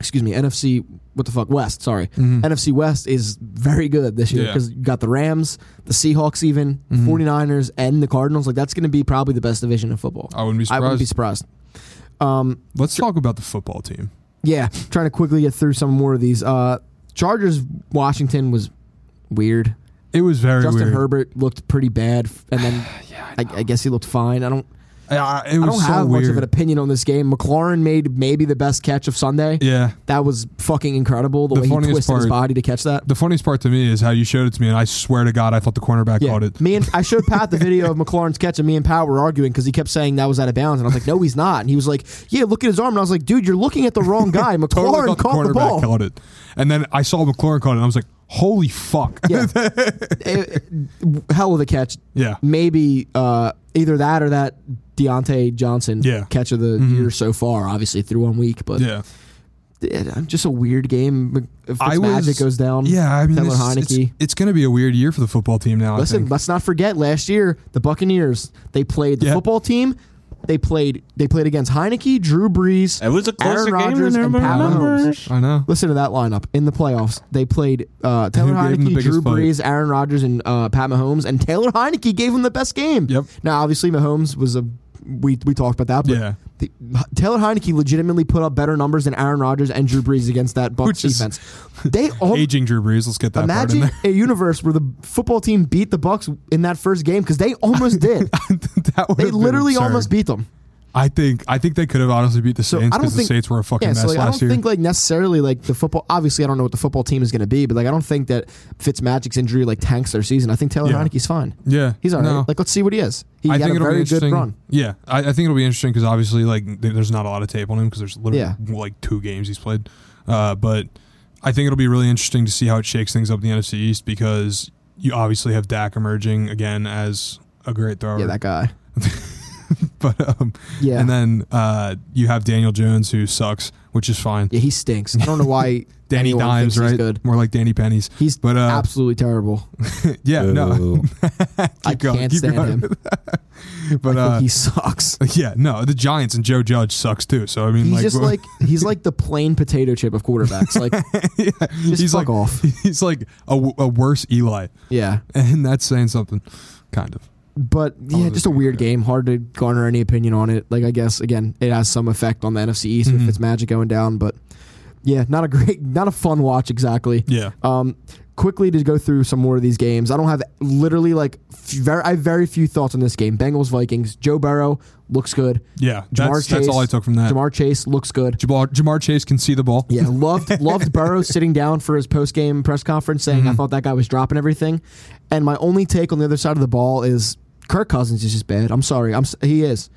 [SPEAKER 1] excuse me, NFC, what the fuck, West, sorry.
[SPEAKER 2] Mm-hmm.
[SPEAKER 1] NFC West is very good this year
[SPEAKER 2] Hmm. Yeah. Mm-hmm.
[SPEAKER 1] because you got the Rams, the Seahawks, even, 49ers, and the Cardinals. Like, that's going to be probably the best division in football.
[SPEAKER 2] I wouldn't be
[SPEAKER 1] I wouldn't be
[SPEAKER 2] surprised.
[SPEAKER 1] surprised. Um,
[SPEAKER 2] Let's talk about the football team.
[SPEAKER 1] yeah, trying to quickly get through some more of these. Uh, Chargers Washington was weird.
[SPEAKER 2] It was very
[SPEAKER 1] Justin
[SPEAKER 2] weird.
[SPEAKER 1] Herbert looked pretty bad, f- and then I, I, guess he looked fine. I don't.
[SPEAKER 2] I, I- it
[SPEAKER 1] I
[SPEAKER 2] was
[SPEAKER 1] don't
[SPEAKER 2] so
[SPEAKER 1] have
[SPEAKER 2] weird.
[SPEAKER 1] much of an opinion on this game. McLaurin made maybe the best catch of Sunday.
[SPEAKER 2] yeah.
[SPEAKER 1] That was fucking incredible. The,
[SPEAKER 2] The
[SPEAKER 1] way he
[SPEAKER 2] funniest
[SPEAKER 1] twisted his
[SPEAKER 2] part-
[SPEAKER 1] body to catch that.
[SPEAKER 2] The funniest part to me is how you showed it to me, and I swear to God, I thought the cornerback
[SPEAKER 1] Yeah,
[SPEAKER 2] caught it.
[SPEAKER 1] me and I showed Pat the video of McLaurin's catch, and me and Pat were arguing because he kept saying that was out of bounds, and I was like, "No, he's not." And he was like, "Yeah, look at his arm," and I was like, "Dude, you're looking at the wrong guy." McLaurin
[SPEAKER 2] thought
[SPEAKER 1] caught the
[SPEAKER 2] cornerback
[SPEAKER 1] ball.
[SPEAKER 2] caught it, and then I saw McLaurin caught it, and I was like, "Holy fuck!"
[SPEAKER 1] Yeah. It- it- hell of a catch.
[SPEAKER 2] Yeah.
[SPEAKER 1] Maybe uh, either that or that Deontay Johnson
[SPEAKER 2] Yeah. Mm-hmm.
[SPEAKER 1] catch of the year so far, obviously through one week, but
[SPEAKER 2] yeah.
[SPEAKER 1] yeah, just a weird game. If
[SPEAKER 2] I was-
[SPEAKER 1] magic goes down,
[SPEAKER 2] Yeah, I mean,
[SPEAKER 1] Taylor
[SPEAKER 2] it's,
[SPEAKER 1] Heineke.
[SPEAKER 2] it's, going to be a weird year for the football team now. I
[SPEAKER 1] Listen,
[SPEAKER 2] think.
[SPEAKER 1] let's not forget last year the Buccaneers. They played the
[SPEAKER 2] Yeah.
[SPEAKER 1] football team. They played. They played against Heineke, Drew Brees.
[SPEAKER 4] It was a closer
[SPEAKER 1] Aaron
[SPEAKER 4] game
[SPEAKER 1] Rodgers
[SPEAKER 4] than
[SPEAKER 1] and Pat
[SPEAKER 4] everyone
[SPEAKER 1] Mahomes.
[SPEAKER 4] remembers.
[SPEAKER 2] I know.
[SPEAKER 1] Listen to that lineup in the playoffs. They played uh, Taylor
[SPEAKER 2] gave them the
[SPEAKER 1] Heineke,
[SPEAKER 2] biggest
[SPEAKER 1] Drew
[SPEAKER 2] fight?
[SPEAKER 1] Brees, Aaron Rodgers, and uh, Pat Mahomes. And Taylor Heineke gave them the best game.
[SPEAKER 2] Yep.
[SPEAKER 1] Now, obviously, Mahomes was a. We we talked about that, but
[SPEAKER 2] Yeah.
[SPEAKER 1] the, Taylor Heineke legitimately put up better numbers than Aaron Rodgers and Drew Brees against that Bucks
[SPEAKER 2] Which is-
[SPEAKER 1] defense. They all
[SPEAKER 2] Aging Drew Brees. Let's get that part in
[SPEAKER 1] Imagine
[SPEAKER 2] there.
[SPEAKER 1] a universe where the football team beat the Bucks in that first game because they almost did.
[SPEAKER 2] that would
[SPEAKER 1] they
[SPEAKER 2] have been
[SPEAKER 1] literally
[SPEAKER 2] absurd.
[SPEAKER 1] almost beat them.
[SPEAKER 2] I think. I think they could have honestly beat the
[SPEAKER 1] So
[SPEAKER 2] Saints
[SPEAKER 1] I don't
[SPEAKER 2] because the
[SPEAKER 1] think
[SPEAKER 2] Saints were a fucking
[SPEAKER 1] yeah,
[SPEAKER 2] mess
[SPEAKER 1] so like, I
[SPEAKER 2] last
[SPEAKER 1] don't
[SPEAKER 2] year.
[SPEAKER 1] think like necessarily like the football. Obviously, I don't know what the football team is going to be, but like I don't think that Fitzmagic's injury like tanks their season. I think Taylor
[SPEAKER 2] Yeah.
[SPEAKER 1] Heineke's fine.
[SPEAKER 2] yeah,
[SPEAKER 1] He's all right.
[SPEAKER 2] no.
[SPEAKER 1] Like let's see what he is. He
[SPEAKER 2] I
[SPEAKER 1] had
[SPEAKER 2] think
[SPEAKER 1] a
[SPEAKER 2] it'll
[SPEAKER 1] very
[SPEAKER 2] be
[SPEAKER 1] good
[SPEAKER 2] interesting.
[SPEAKER 1] run.
[SPEAKER 2] Yeah, I, I think it'll be interesting because obviously, like, th- there's not a lot of tape on him because there's literally
[SPEAKER 1] Yeah.
[SPEAKER 2] like two games he's played. Uh, but I think it'll be really interesting to see how it shakes things up in the NFC East because you obviously have Dak emerging again as a great thrower.
[SPEAKER 1] Yeah, that guy.
[SPEAKER 2] but um,
[SPEAKER 1] Yeah,
[SPEAKER 2] and then uh, you have Daniel Jones who sucks, which is fine.
[SPEAKER 1] yeah, he stinks. I don't know why
[SPEAKER 2] Danny
[SPEAKER 1] anyone
[SPEAKER 2] Dimes,
[SPEAKER 1] thinks
[SPEAKER 2] right?
[SPEAKER 1] He's good.
[SPEAKER 2] More like Danny Pennies.
[SPEAKER 1] He's
[SPEAKER 2] But, uh,
[SPEAKER 1] absolutely terrible.
[SPEAKER 2] Yeah, no,
[SPEAKER 4] Ooh.
[SPEAKER 1] I
[SPEAKER 2] going,
[SPEAKER 1] can't
[SPEAKER 2] keep
[SPEAKER 1] stand
[SPEAKER 2] going.
[SPEAKER 1] him.
[SPEAKER 2] but
[SPEAKER 1] Oh. I think
[SPEAKER 2] uh,
[SPEAKER 1] he sucks.
[SPEAKER 2] yeah, no, the Giants and Joe Judge sucks too. So I mean,
[SPEAKER 1] He's
[SPEAKER 2] like,
[SPEAKER 1] just like he's like the plain potato chip of quarterbacks. Like just
[SPEAKER 2] he's
[SPEAKER 1] fuck
[SPEAKER 2] like
[SPEAKER 1] off.
[SPEAKER 2] he's like a, w- a worse Eli,
[SPEAKER 1] Yeah.
[SPEAKER 2] and that's saying something, kind of.
[SPEAKER 1] But yeah,
[SPEAKER 2] wasn't
[SPEAKER 1] just a
[SPEAKER 2] thinking
[SPEAKER 1] weird
[SPEAKER 2] of it.
[SPEAKER 1] game. Hard to garner any opinion on it. Like I guess again, it has some effect on the NFC East if it's Magic going down. But yeah, not a great, not a fun watch exactly.
[SPEAKER 2] Yeah,
[SPEAKER 1] Um, quickly to go through some more of these games. I don't have literally like f- very, I have very few thoughts on this game. Bengals Vikings. Joe Burrow looks good.
[SPEAKER 2] yeah, that's,
[SPEAKER 1] Jamar
[SPEAKER 2] that's
[SPEAKER 1] Chase-
[SPEAKER 2] all I took from that. Jamar,
[SPEAKER 1] Jamar Chase looks good.
[SPEAKER 2] Jamar Chase can see the ball.
[SPEAKER 1] Yeah, loved loved Burrow sitting down for his post game press conference saying
[SPEAKER 2] Mm-hmm.
[SPEAKER 1] I thought that guy was dropping everything. And my only take on the other side of the ball is Kirk Cousins is just bad. I'm sorry, I'm s- he is.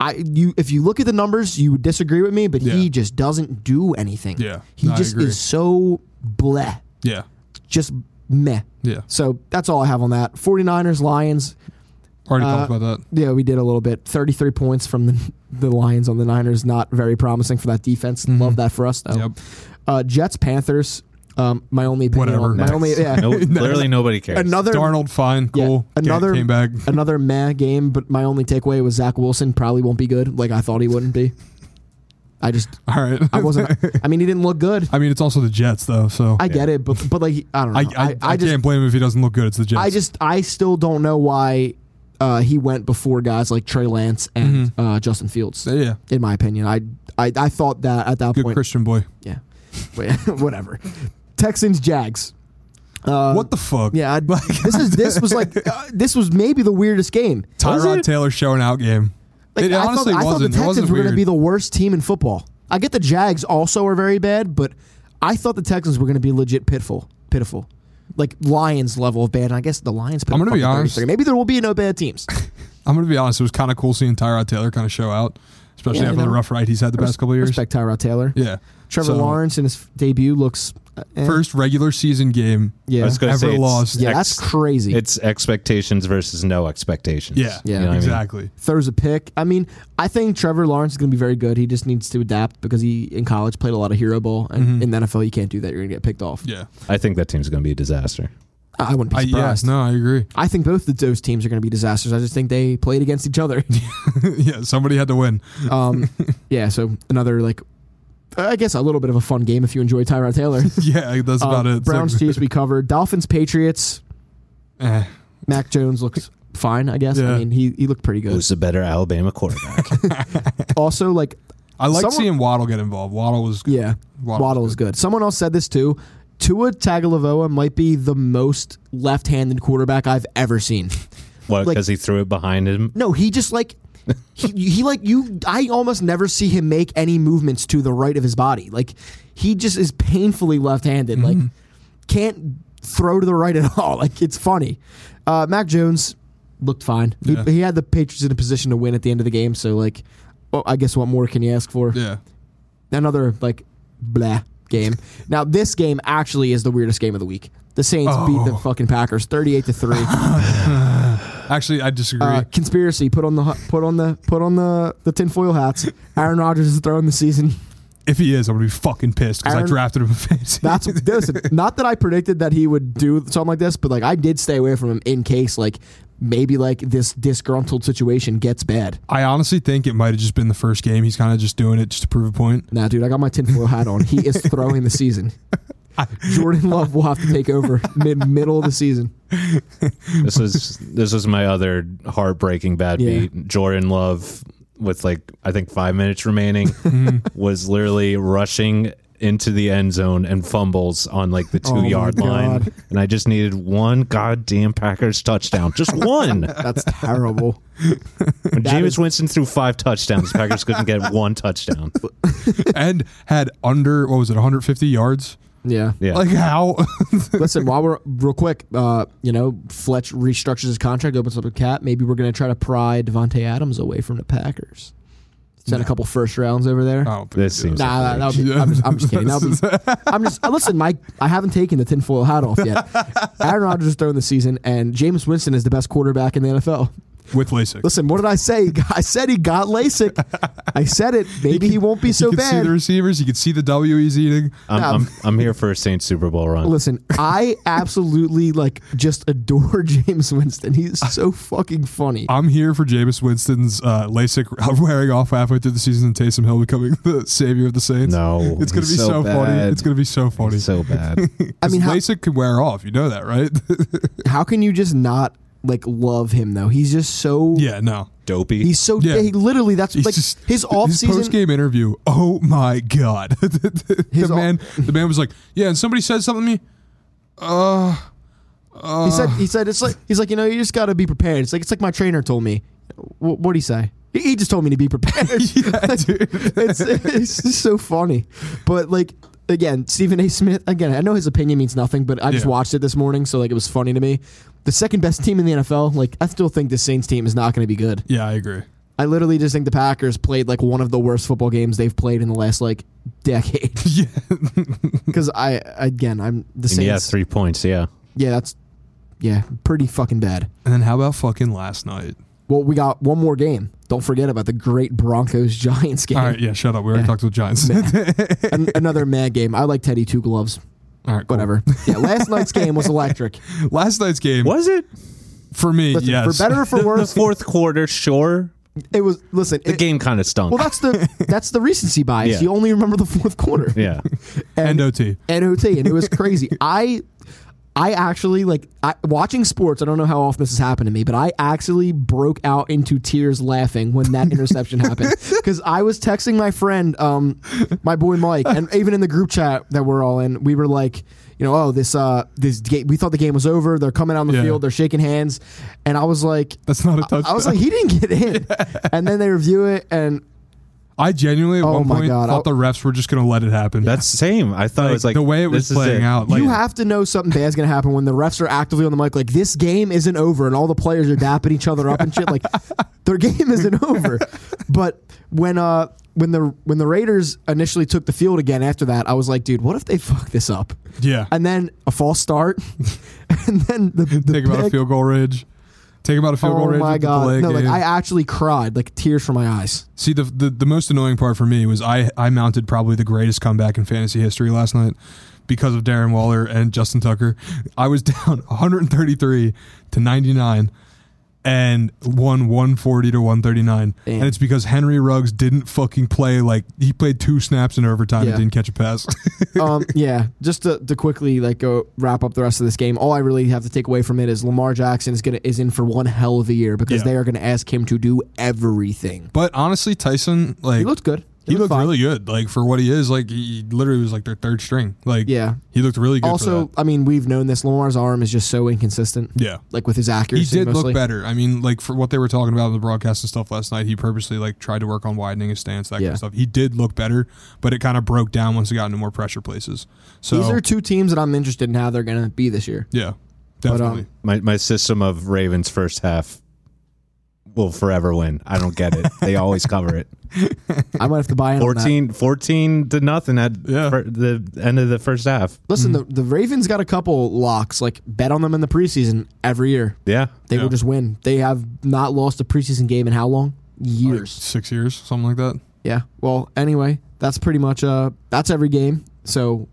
[SPEAKER 1] I you if you look at the numbers, you would disagree with me, but
[SPEAKER 2] Yeah.
[SPEAKER 1] he just doesn't do anything.
[SPEAKER 2] Yeah.
[SPEAKER 1] he
[SPEAKER 2] No, I
[SPEAKER 1] just
[SPEAKER 2] agree.
[SPEAKER 1] is so bleh,
[SPEAKER 2] yeah,
[SPEAKER 1] just meh.
[SPEAKER 2] yeah.
[SPEAKER 1] So that's all I have on that. 49ers Lions.
[SPEAKER 2] Already
[SPEAKER 1] Uh,
[SPEAKER 2] talked about that.
[SPEAKER 1] Yeah, we did a little bit. 33 points from the, the Lions on the Niners. Not very promising for that defense. Love that for us, though.
[SPEAKER 2] Mm-hmm. Yep.
[SPEAKER 1] Uh, Jets, Panthers. Um, my only opinion
[SPEAKER 2] Whatever.
[SPEAKER 1] on- my
[SPEAKER 2] Next.
[SPEAKER 1] only yeah
[SPEAKER 4] No, literally nobody cares.
[SPEAKER 1] another
[SPEAKER 2] Darnold, fine,
[SPEAKER 1] yeah,
[SPEAKER 2] cool. Came-
[SPEAKER 1] another
[SPEAKER 2] came back.
[SPEAKER 1] another meh game. But my only takeaway was Zach Wilson probably won't be good. Like I thought he wouldn't be. I just
[SPEAKER 2] All right.
[SPEAKER 1] I wasn't. I mean, he didn't look good.
[SPEAKER 2] I mean, it's also the Jets though, so
[SPEAKER 1] I get it, but but like I don't know.
[SPEAKER 2] I, I, I,
[SPEAKER 1] just
[SPEAKER 2] can't blame him if he doesn't look good. It's the Jets.
[SPEAKER 1] I just I still don't know why uh, he went before guys like Trey Lance and
[SPEAKER 2] Mm-hmm.
[SPEAKER 1] uh, Justin Fields.
[SPEAKER 2] yeah,
[SPEAKER 1] In my opinion, I I, I thought that at that
[SPEAKER 2] good
[SPEAKER 1] point.
[SPEAKER 2] Christian boy.
[SPEAKER 1] Yeah, But, whatever. Texans Jags. Uh,
[SPEAKER 2] what the fuck?
[SPEAKER 1] Yeah, I'd, this is this was like uh, this was maybe the weirdest game.
[SPEAKER 4] Was
[SPEAKER 2] Tyrod
[SPEAKER 4] it?
[SPEAKER 2] Taylor showing out game.
[SPEAKER 1] Like,
[SPEAKER 2] it
[SPEAKER 1] I
[SPEAKER 2] honestly
[SPEAKER 1] thought, I thought the
[SPEAKER 2] wasn't. it
[SPEAKER 1] Texans
[SPEAKER 2] wasn't
[SPEAKER 1] were going to
[SPEAKER 2] weird.
[SPEAKER 1] be the worst team in football. I get the Jags also are very bad, but I thought the Texans were going to be legit pitiful, pitiful, like Lions level of bad. And I guess the Lions. Put
[SPEAKER 2] I'm
[SPEAKER 1] up
[SPEAKER 2] gonna be
[SPEAKER 1] fucking
[SPEAKER 2] honest.
[SPEAKER 1] 33. Maybe there will be no bad teams.
[SPEAKER 2] I'm gonna be honest. It was kind of cool seeing Tyrod Taylor kind of show out, especially
[SPEAKER 1] Yeah, you
[SPEAKER 2] after the
[SPEAKER 1] know.
[SPEAKER 2] rough ride he's had the past couple of years.
[SPEAKER 1] Respect Tyrod Taylor.
[SPEAKER 2] Yeah,
[SPEAKER 1] Trevor
[SPEAKER 2] So,
[SPEAKER 1] Lawrence in his debut looks uh, eh.
[SPEAKER 2] first regular season game.
[SPEAKER 1] Yeah,
[SPEAKER 4] I was gonna
[SPEAKER 2] Ever
[SPEAKER 4] say it's
[SPEAKER 2] lost.
[SPEAKER 1] yeah, that's
[SPEAKER 4] ex-
[SPEAKER 1] crazy.
[SPEAKER 4] It's expectations versus no expectations.
[SPEAKER 2] Yeah,
[SPEAKER 1] Yeah.
[SPEAKER 4] You know what I mean?
[SPEAKER 2] exactly.
[SPEAKER 1] throws a pick. I mean, I think Trevor Lawrence is going to be very good. He just needs to adapt because he in college played a lot of hero ball, and
[SPEAKER 2] Mm-hmm.
[SPEAKER 1] in the NFL you can't do that. You're going to get picked off.
[SPEAKER 2] Yeah,
[SPEAKER 4] I think that team's going to be a disaster.
[SPEAKER 1] I wouldn't
[SPEAKER 2] I,
[SPEAKER 1] be
[SPEAKER 2] yeah,
[SPEAKER 1] surprised.
[SPEAKER 2] no, I agree.
[SPEAKER 1] I think both of those teams are going to be disasters. I just think they played against each other.
[SPEAKER 2] yeah, somebody had to win.
[SPEAKER 1] um, yeah, so another like, I guess a little bit of a fun game if you enjoy Tyrod Taylor.
[SPEAKER 2] Yeah, that's
[SPEAKER 1] Um,
[SPEAKER 2] about it. It's
[SPEAKER 1] Browns
[SPEAKER 2] like-
[SPEAKER 1] Chiefs we covered. Dolphins Patriots.
[SPEAKER 2] Eh.
[SPEAKER 1] Mac Jones looks fine. I guess.
[SPEAKER 2] Yeah.
[SPEAKER 1] I mean, he he looked pretty good.
[SPEAKER 4] Who's the better Alabama quarterback?
[SPEAKER 1] also, like
[SPEAKER 2] I like
[SPEAKER 1] Someone-
[SPEAKER 2] seeing Waddle get involved. Waddle was good.
[SPEAKER 1] Yeah,
[SPEAKER 2] Waddle
[SPEAKER 1] Waddle, is good. Someone else said this too. Tua Tagovailoa might be the most left-handed quarterback I've ever seen.
[SPEAKER 4] What?
[SPEAKER 1] Like-
[SPEAKER 4] Because he threw it behind him.
[SPEAKER 1] No, he just like he, he like you. I almost never see him make any movements to the right of his body. Like he just is painfully left-handed.
[SPEAKER 2] Mm-hmm.
[SPEAKER 1] Like can't throw to the right at all. Like it's funny. Uh, Mac Jones looked fine. He,
[SPEAKER 2] Yeah.
[SPEAKER 1] he had the Patriots in a position to win at the end of the game. So like, oh, I guess what more can you ask for?
[SPEAKER 2] Yeah.
[SPEAKER 1] another like blah game. Now this game actually is the weirdest game of the week. The Saints beat the
[SPEAKER 2] Oh.
[SPEAKER 1] fucking Packers thirty-eight to three.
[SPEAKER 2] Actually, I disagree.
[SPEAKER 1] Uh, Conspiracy put on the hu- put on the put on the the tinfoil hats. Aaron Rodgers is throwing the season.
[SPEAKER 2] if he is, I'm gonna be fucking pissed because I
[SPEAKER 1] Aaron-
[SPEAKER 2] drafted him in fantasy.
[SPEAKER 1] That's listen. Not that I predicted that he would do something like this, but like I did stay away from him in case like maybe like this disgruntled situation gets bad.
[SPEAKER 2] I honestly think it might have just been the first game. He's kind of just doing it just to prove a point.
[SPEAKER 1] Nah, dude, I got my tinfoil hat on. He is throwing the season. Jordan Love will have to take over mid middle of the season.
[SPEAKER 4] This is this is my other heartbreaking bad
[SPEAKER 1] Yeah.
[SPEAKER 4] beat. Jordan Love with like I think five minutes remaining
[SPEAKER 1] Mm-hmm.
[SPEAKER 4] was literally rushing into the end zone and fumbles on like the two
[SPEAKER 1] Oh my
[SPEAKER 4] yard line.
[SPEAKER 1] God.
[SPEAKER 4] And I just needed one goddamn Packers touchdown. Just one.
[SPEAKER 1] That's terrible.
[SPEAKER 4] when
[SPEAKER 1] That
[SPEAKER 4] Jameis
[SPEAKER 1] is-
[SPEAKER 4] Winston threw five touchdowns, the Packers couldn't get one touchdown.
[SPEAKER 2] and had under what was it 150 yards
[SPEAKER 1] Yeah.
[SPEAKER 4] Yeah.
[SPEAKER 2] like how
[SPEAKER 1] Listen, while we're real quick, uh, you know, Fletch restructures his contract, opens up a cap. Maybe we're going to try to pry Devontae Adams away from the Packers. Send a couple first rounds over there.
[SPEAKER 2] I don't think
[SPEAKER 4] This
[SPEAKER 2] so.
[SPEAKER 4] seems
[SPEAKER 1] Nah, that,
[SPEAKER 4] like
[SPEAKER 1] that would be, I'm, just, I'm just kidding. That would be, I'm just uh, listen. My I haven't taken the tinfoil hat off yet. Aaron Rodgers is throwing the season, and Jameis Winston is the best quarterback in the NFL.
[SPEAKER 2] with LASIK.
[SPEAKER 1] Listen, what did I say? I said he got LASIK. I said it. Maybe he, won't be so
[SPEAKER 2] you can see
[SPEAKER 1] bad.
[SPEAKER 2] the receivers. You can see the W he's eating.
[SPEAKER 4] I'm, I'm, I'm here for a Saints Super Bowl run.
[SPEAKER 1] Listen, I absolutely like just adore James Winston. He's so fucking funny.
[SPEAKER 2] I'm here for Jameis Winston's uh, LASIK wearing off halfway through the season and Taysom Hill becoming the savior of the Saints.
[SPEAKER 4] No,
[SPEAKER 2] it's gonna
[SPEAKER 4] he's
[SPEAKER 2] be so,
[SPEAKER 4] so
[SPEAKER 2] funny.
[SPEAKER 4] bad.
[SPEAKER 2] It's gonna be so funny.
[SPEAKER 4] so bad.
[SPEAKER 1] I mean, how,
[SPEAKER 2] LASIK can wear off. You know that, right?
[SPEAKER 1] how can you just not like love him though? He's just so
[SPEAKER 2] yeah, no.
[SPEAKER 4] Dopey.
[SPEAKER 1] He's so
[SPEAKER 2] Yeah.
[SPEAKER 1] he literally that's
[SPEAKER 2] He's
[SPEAKER 1] like
[SPEAKER 2] just
[SPEAKER 1] his off
[SPEAKER 2] his
[SPEAKER 1] season.
[SPEAKER 2] post game interview. Oh my god, the
[SPEAKER 1] His off-
[SPEAKER 2] man, the man was like, yeah, and somebody said something to me. Uh,
[SPEAKER 1] he said he said it's like he's like you know you just got to be prepared. It's like it's like my trainer told me. What what did he say? He- He just told me to be prepared.
[SPEAKER 2] yeah, dude.
[SPEAKER 1] it's it's just so funny. But like again, Stephen A. Smith. Again, I know his opinion means nothing, but I just
[SPEAKER 2] Yeah.
[SPEAKER 1] watched it this morning, so like it was funny to me. The second best team in the NFL. Like I still think the Saints team is not going to be good.
[SPEAKER 2] Yeah, I agree.
[SPEAKER 1] I literally just think the Packers played like one of the worst football games they've played in the last like decade.
[SPEAKER 2] Yeah.
[SPEAKER 1] Because I again, I'm the
[SPEAKER 4] And
[SPEAKER 1] Saints.
[SPEAKER 4] he has three points. Yeah.
[SPEAKER 1] yeah, that's yeah, pretty fucking bad.
[SPEAKER 2] And then how about fucking last night?
[SPEAKER 1] Well, we got one more game. Don't forget about the great Broncos Giants game.
[SPEAKER 2] All right, yeah, shut up. We already
[SPEAKER 1] Yeah.
[SPEAKER 2] talked to the Giants.
[SPEAKER 1] An- another mad game. I like Teddy Two Gloves.
[SPEAKER 2] All right, cool.
[SPEAKER 1] Whatever. Yeah, last night's game was electric.
[SPEAKER 2] Last night's game
[SPEAKER 4] Was it
[SPEAKER 2] for me,
[SPEAKER 1] Listen,
[SPEAKER 2] yes.
[SPEAKER 1] For better or for
[SPEAKER 4] the
[SPEAKER 1] worse,
[SPEAKER 4] fourth quarter? Sure.
[SPEAKER 1] it was. Listen,
[SPEAKER 4] The
[SPEAKER 1] it-
[SPEAKER 4] game kind of stunk.
[SPEAKER 1] Well, that's the that's the recency bias.
[SPEAKER 4] Yeah.
[SPEAKER 1] You only remember the fourth quarter.
[SPEAKER 4] yeah.
[SPEAKER 2] and OT.
[SPEAKER 1] NOT, and it was crazy. I I actually like I, watching sports. I don't know how often this has happened to me, but I actually broke out into tears laughing when that interception happened because I was texting my friend, um, my boy Mike, and even in the group chat that we're all in, we were like. You know, oh, this uh, this game. We thought the game was over. They're coming on the
[SPEAKER 2] Yeah.
[SPEAKER 1] field. They're shaking hands, and I was like,
[SPEAKER 2] That's not a touchdown.
[SPEAKER 1] I was like, he didn't get in. And then they review it, and
[SPEAKER 2] I genuinely at
[SPEAKER 1] Oh
[SPEAKER 2] one
[SPEAKER 1] my
[SPEAKER 2] point
[SPEAKER 1] God,
[SPEAKER 2] thought
[SPEAKER 1] I'll-
[SPEAKER 2] the refs were just going to let it happen.
[SPEAKER 4] That's the same. I thought it was like
[SPEAKER 2] the way it was
[SPEAKER 4] this is
[SPEAKER 2] playing out. Like,
[SPEAKER 1] you have to know something bad's gonna happen when the refs are actively on the mic, like this game isn't over, and all the players are dapping each other up and shit. Like their game isn't over. But when uh when the when the Raiders initially took the field again after that, I was like, dude, what if they fuck this up?
[SPEAKER 2] yeah,
[SPEAKER 1] And then a false start, and then the, the
[SPEAKER 2] take him out of
[SPEAKER 1] pick.
[SPEAKER 2] field goal range. Take him out of field goal
[SPEAKER 1] Oh
[SPEAKER 2] range.
[SPEAKER 1] my
[SPEAKER 2] with the
[SPEAKER 1] god!
[SPEAKER 2] delay
[SPEAKER 1] No, like
[SPEAKER 2] game.
[SPEAKER 1] I actually cried, like tears from my eyes.
[SPEAKER 2] See, the, the the most annoying part for me was I I mounted probably the greatest comeback in fantasy history last night because of Darren Waller and Justin Tucker. I was down 133 to 99 and won 140 to 139.
[SPEAKER 1] Damn.
[SPEAKER 2] And it's because Henry Ruggs didn't fucking play like he played two snaps in overtime
[SPEAKER 1] Yeah.
[SPEAKER 2] and didn't catch a pass.
[SPEAKER 1] um, yeah, just to, to quickly like go wrap up the rest of this game. All I really have to take away from it is Lamar Jackson is gonna is in for one hell of a year because
[SPEAKER 2] Yeah.
[SPEAKER 1] they are gonna ask him to do everything.
[SPEAKER 2] but honestly, Tyson like
[SPEAKER 1] He looked good.
[SPEAKER 2] He
[SPEAKER 1] looked
[SPEAKER 2] looked
[SPEAKER 1] fine.
[SPEAKER 2] really good, like for what he is. Like he literally was like their third string. Like
[SPEAKER 1] Yeah.
[SPEAKER 2] he looked really good. for
[SPEAKER 1] Also, I mean, we've known this. Lamar's arm is just so inconsistent.
[SPEAKER 2] that. yeah,
[SPEAKER 1] Like with his accuracy,
[SPEAKER 2] he did
[SPEAKER 1] mostly.
[SPEAKER 2] look better. I mean, like for what they were talking about in the broadcast and stuff last night, he purposely like tried to work on widening his stance, that kind
[SPEAKER 1] Yeah.
[SPEAKER 2] of stuff. He did look better, but it kind of broke down once he got into more pressure places. So
[SPEAKER 1] These are two teams that I'm interested in how they're going to be this year.
[SPEAKER 2] yeah,
[SPEAKER 1] um,
[SPEAKER 2] definitely.
[SPEAKER 4] My my system of Ravens first half will forever win. I don't get it. they always cover it.
[SPEAKER 1] I might have to buy in. on that.
[SPEAKER 4] 14, 14 to nothing at
[SPEAKER 2] Yeah.
[SPEAKER 4] fir- the end of the first half.
[SPEAKER 1] Listen,
[SPEAKER 2] Mm-hmm.
[SPEAKER 1] the, the Ravens got a couple locks. Like bet on them in the preseason every year.
[SPEAKER 4] Yeah.
[SPEAKER 1] They
[SPEAKER 2] Yeah.
[SPEAKER 1] will just win. They have not lost a preseason game in how long? Years.
[SPEAKER 2] six years, something like that.
[SPEAKER 1] yeah. Well, anyway, that's pretty much uh that's every game. So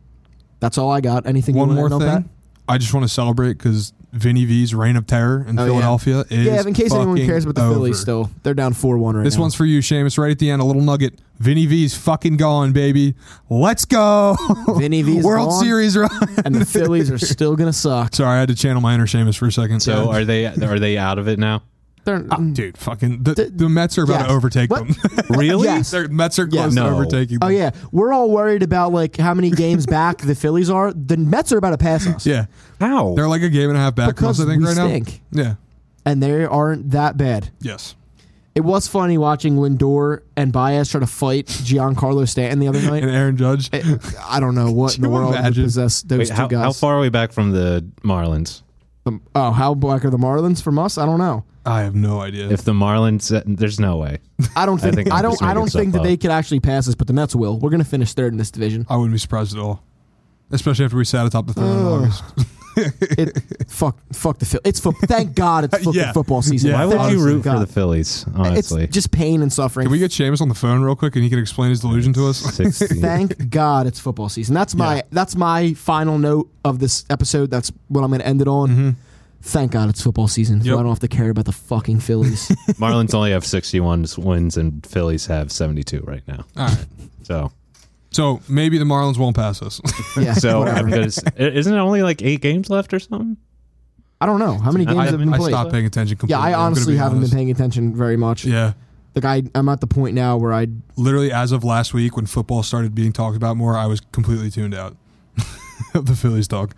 [SPEAKER 1] that's all I got. Anything
[SPEAKER 2] One
[SPEAKER 1] you
[SPEAKER 2] more
[SPEAKER 1] want
[SPEAKER 2] thing,
[SPEAKER 1] to Pat?
[SPEAKER 2] I just want to celebrate because Vinny V's reign of terror in
[SPEAKER 1] Oh, yeah.
[SPEAKER 2] Philadelphia is
[SPEAKER 1] Yeah, in case anyone
[SPEAKER 2] fucking
[SPEAKER 1] cares about the
[SPEAKER 2] over.
[SPEAKER 1] Phillies still. They're down 4-1 right
[SPEAKER 2] This
[SPEAKER 1] now.
[SPEAKER 2] one's for you, Seamus. Right at the end, a little nugget. Vinny V's fucking gone, baby. Let's go.
[SPEAKER 1] Vinny V's
[SPEAKER 2] World
[SPEAKER 1] gone.
[SPEAKER 2] Series run.
[SPEAKER 1] and the Phillies are still going to suck.
[SPEAKER 2] Sorry, I had to channel my inner Seamus for a second.
[SPEAKER 4] So
[SPEAKER 2] Yeah.
[SPEAKER 4] are they are they out of it now?
[SPEAKER 1] They're,
[SPEAKER 2] Ah, dude, fucking the,
[SPEAKER 1] Th-
[SPEAKER 2] the Mets are about
[SPEAKER 1] yes.
[SPEAKER 2] to overtake
[SPEAKER 1] Mm. What?
[SPEAKER 2] them.
[SPEAKER 4] Really?
[SPEAKER 1] Yes.
[SPEAKER 2] Their Mets are
[SPEAKER 1] Yes.
[SPEAKER 2] close
[SPEAKER 4] No.
[SPEAKER 2] to overtaking.
[SPEAKER 1] Oh
[SPEAKER 2] them.
[SPEAKER 1] yeah, we're all worried about like how many games back the Phillies are. The Mets are about to pass us.
[SPEAKER 2] yeah.
[SPEAKER 4] How?
[SPEAKER 2] They're like a game and a half back. from us,
[SPEAKER 1] Because
[SPEAKER 2] I think
[SPEAKER 1] we
[SPEAKER 2] right
[SPEAKER 1] stink.
[SPEAKER 2] now. Yeah.
[SPEAKER 1] and they aren't that bad.
[SPEAKER 2] Yes.
[SPEAKER 1] It was funny watching Lindor and Baez try to fight Giancarlo Stanton the other
[SPEAKER 2] And
[SPEAKER 1] night.
[SPEAKER 2] Aaron Judge.
[SPEAKER 1] I- I don't know what in
[SPEAKER 2] Can
[SPEAKER 1] the
[SPEAKER 2] you
[SPEAKER 1] world would
[SPEAKER 2] imagine?
[SPEAKER 1] possess those
[SPEAKER 4] Wait,
[SPEAKER 1] two
[SPEAKER 4] how,
[SPEAKER 1] guys.
[SPEAKER 4] how far are we back from the Marlins?
[SPEAKER 1] Um, oh, how black are the Marlins from us? I don't know.
[SPEAKER 2] I have no idea.
[SPEAKER 4] If the Marlins, uh, there's no way.
[SPEAKER 1] I don't think I,
[SPEAKER 4] think I'm
[SPEAKER 1] don't
[SPEAKER 4] just
[SPEAKER 1] I
[SPEAKER 4] making
[SPEAKER 1] don't think
[SPEAKER 4] stuff
[SPEAKER 1] that they
[SPEAKER 4] up.
[SPEAKER 1] could actually pass us, but the Mets will. We're gonna finish third in this division.
[SPEAKER 2] I wouldn't be surprised at all. Especially after we sat atop the throne in
[SPEAKER 1] Ugh.
[SPEAKER 2] August.
[SPEAKER 1] It, fuck fuck the Phil. It's fo- thank God it's fucking
[SPEAKER 2] Yeah.
[SPEAKER 1] football season.
[SPEAKER 2] Yeah.
[SPEAKER 4] Why would
[SPEAKER 1] Thank
[SPEAKER 4] you
[SPEAKER 2] honestly,
[SPEAKER 4] root for
[SPEAKER 1] God.
[SPEAKER 4] the Phillies?
[SPEAKER 1] It's
[SPEAKER 4] Honestly,
[SPEAKER 1] just pain and suffering.
[SPEAKER 2] Can we get Seamus on the phone real quick and he can explain his delusion to us?
[SPEAKER 4] 16.
[SPEAKER 1] Thank God it's football season. That's my
[SPEAKER 2] Yeah.
[SPEAKER 1] that's my final note of this episode. That's what I'm going to end it on.
[SPEAKER 2] Mm-hmm.
[SPEAKER 1] Thank God it's football season, so
[SPEAKER 2] Yep.
[SPEAKER 1] I don't have to care about the fucking Phillies.
[SPEAKER 4] Marlins only have 61 wins, and Phillies have 72 right now.
[SPEAKER 2] all right.
[SPEAKER 4] So,
[SPEAKER 2] So maybe the Marlins won't pass us.
[SPEAKER 1] yeah,
[SPEAKER 4] so
[SPEAKER 1] whatever.
[SPEAKER 4] I'm gonna, s- isn't it only like eight games left or something?
[SPEAKER 1] I don't know how many games
[SPEAKER 2] I,
[SPEAKER 1] have been
[SPEAKER 2] I
[SPEAKER 1] played.
[SPEAKER 2] stopped paying attention
[SPEAKER 1] Yeah,
[SPEAKER 2] completely.
[SPEAKER 1] I
[SPEAKER 2] I'm gonna
[SPEAKER 1] honestly
[SPEAKER 2] be
[SPEAKER 1] haven't
[SPEAKER 2] honest.
[SPEAKER 1] been paying attention very much.
[SPEAKER 2] Yeah.
[SPEAKER 1] Like I, I'm at the point now where I
[SPEAKER 2] Literally, as of last week when football started being talked about more, I was completely tuned out of the Phillies talk.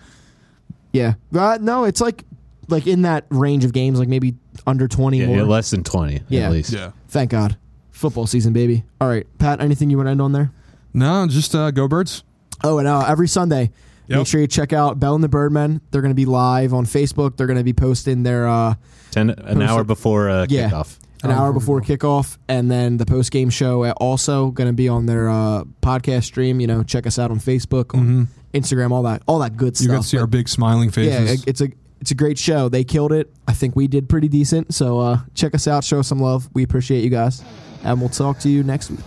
[SPEAKER 1] yeah, uh, no, it's like like in that range of games, like maybe under 20
[SPEAKER 4] Yeah,
[SPEAKER 1] more.
[SPEAKER 4] yeah, less than 20
[SPEAKER 1] Yeah.
[SPEAKER 4] at least.
[SPEAKER 2] Yeah.
[SPEAKER 1] Thank God, football season, baby. All right, Pat, anything you want to end on there?
[SPEAKER 2] No, just uh, go birds.
[SPEAKER 1] Oh, and uh, every Sunday,
[SPEAKER 2] Yep.
[SPEAKER 1] make sure you check out Bell and the Birdmen. They're going to be live on Facebook. They're going to be posting their uh,
[SPEAKER 4] 10 an hour before uh,
[SPEAKER 1] Yeah.
[SPEAKER 4] kickoff.
[SPEAKER 1] an
[SPEAKER 2] Oh,
[SPEAKER 1] hour
[SPEAKER 2] before
[SPEAKER 1] before
[SPEAKER 2] the
[SPEAKER 1] kickoff, and then the post game show uh, also going to be on their uh, podcast stream. You know, check us out on Facebook, on Instagram, all that, all that good
[SPEAKER 2] Mm-hmm. You
[SPEAKER 1] Mm-hmm. stuff.
[SPEAKER 2] got to see our big smiling
[SPEAKER 1] But, yeah,
[SPEAKER 2] faces.
[SPEAKER 1] it- it's a it's a great show. They killed it. I think we did pretty decent. So uh, check us out. Show us some love. We appreciate you guys, and we'll talk to you next week.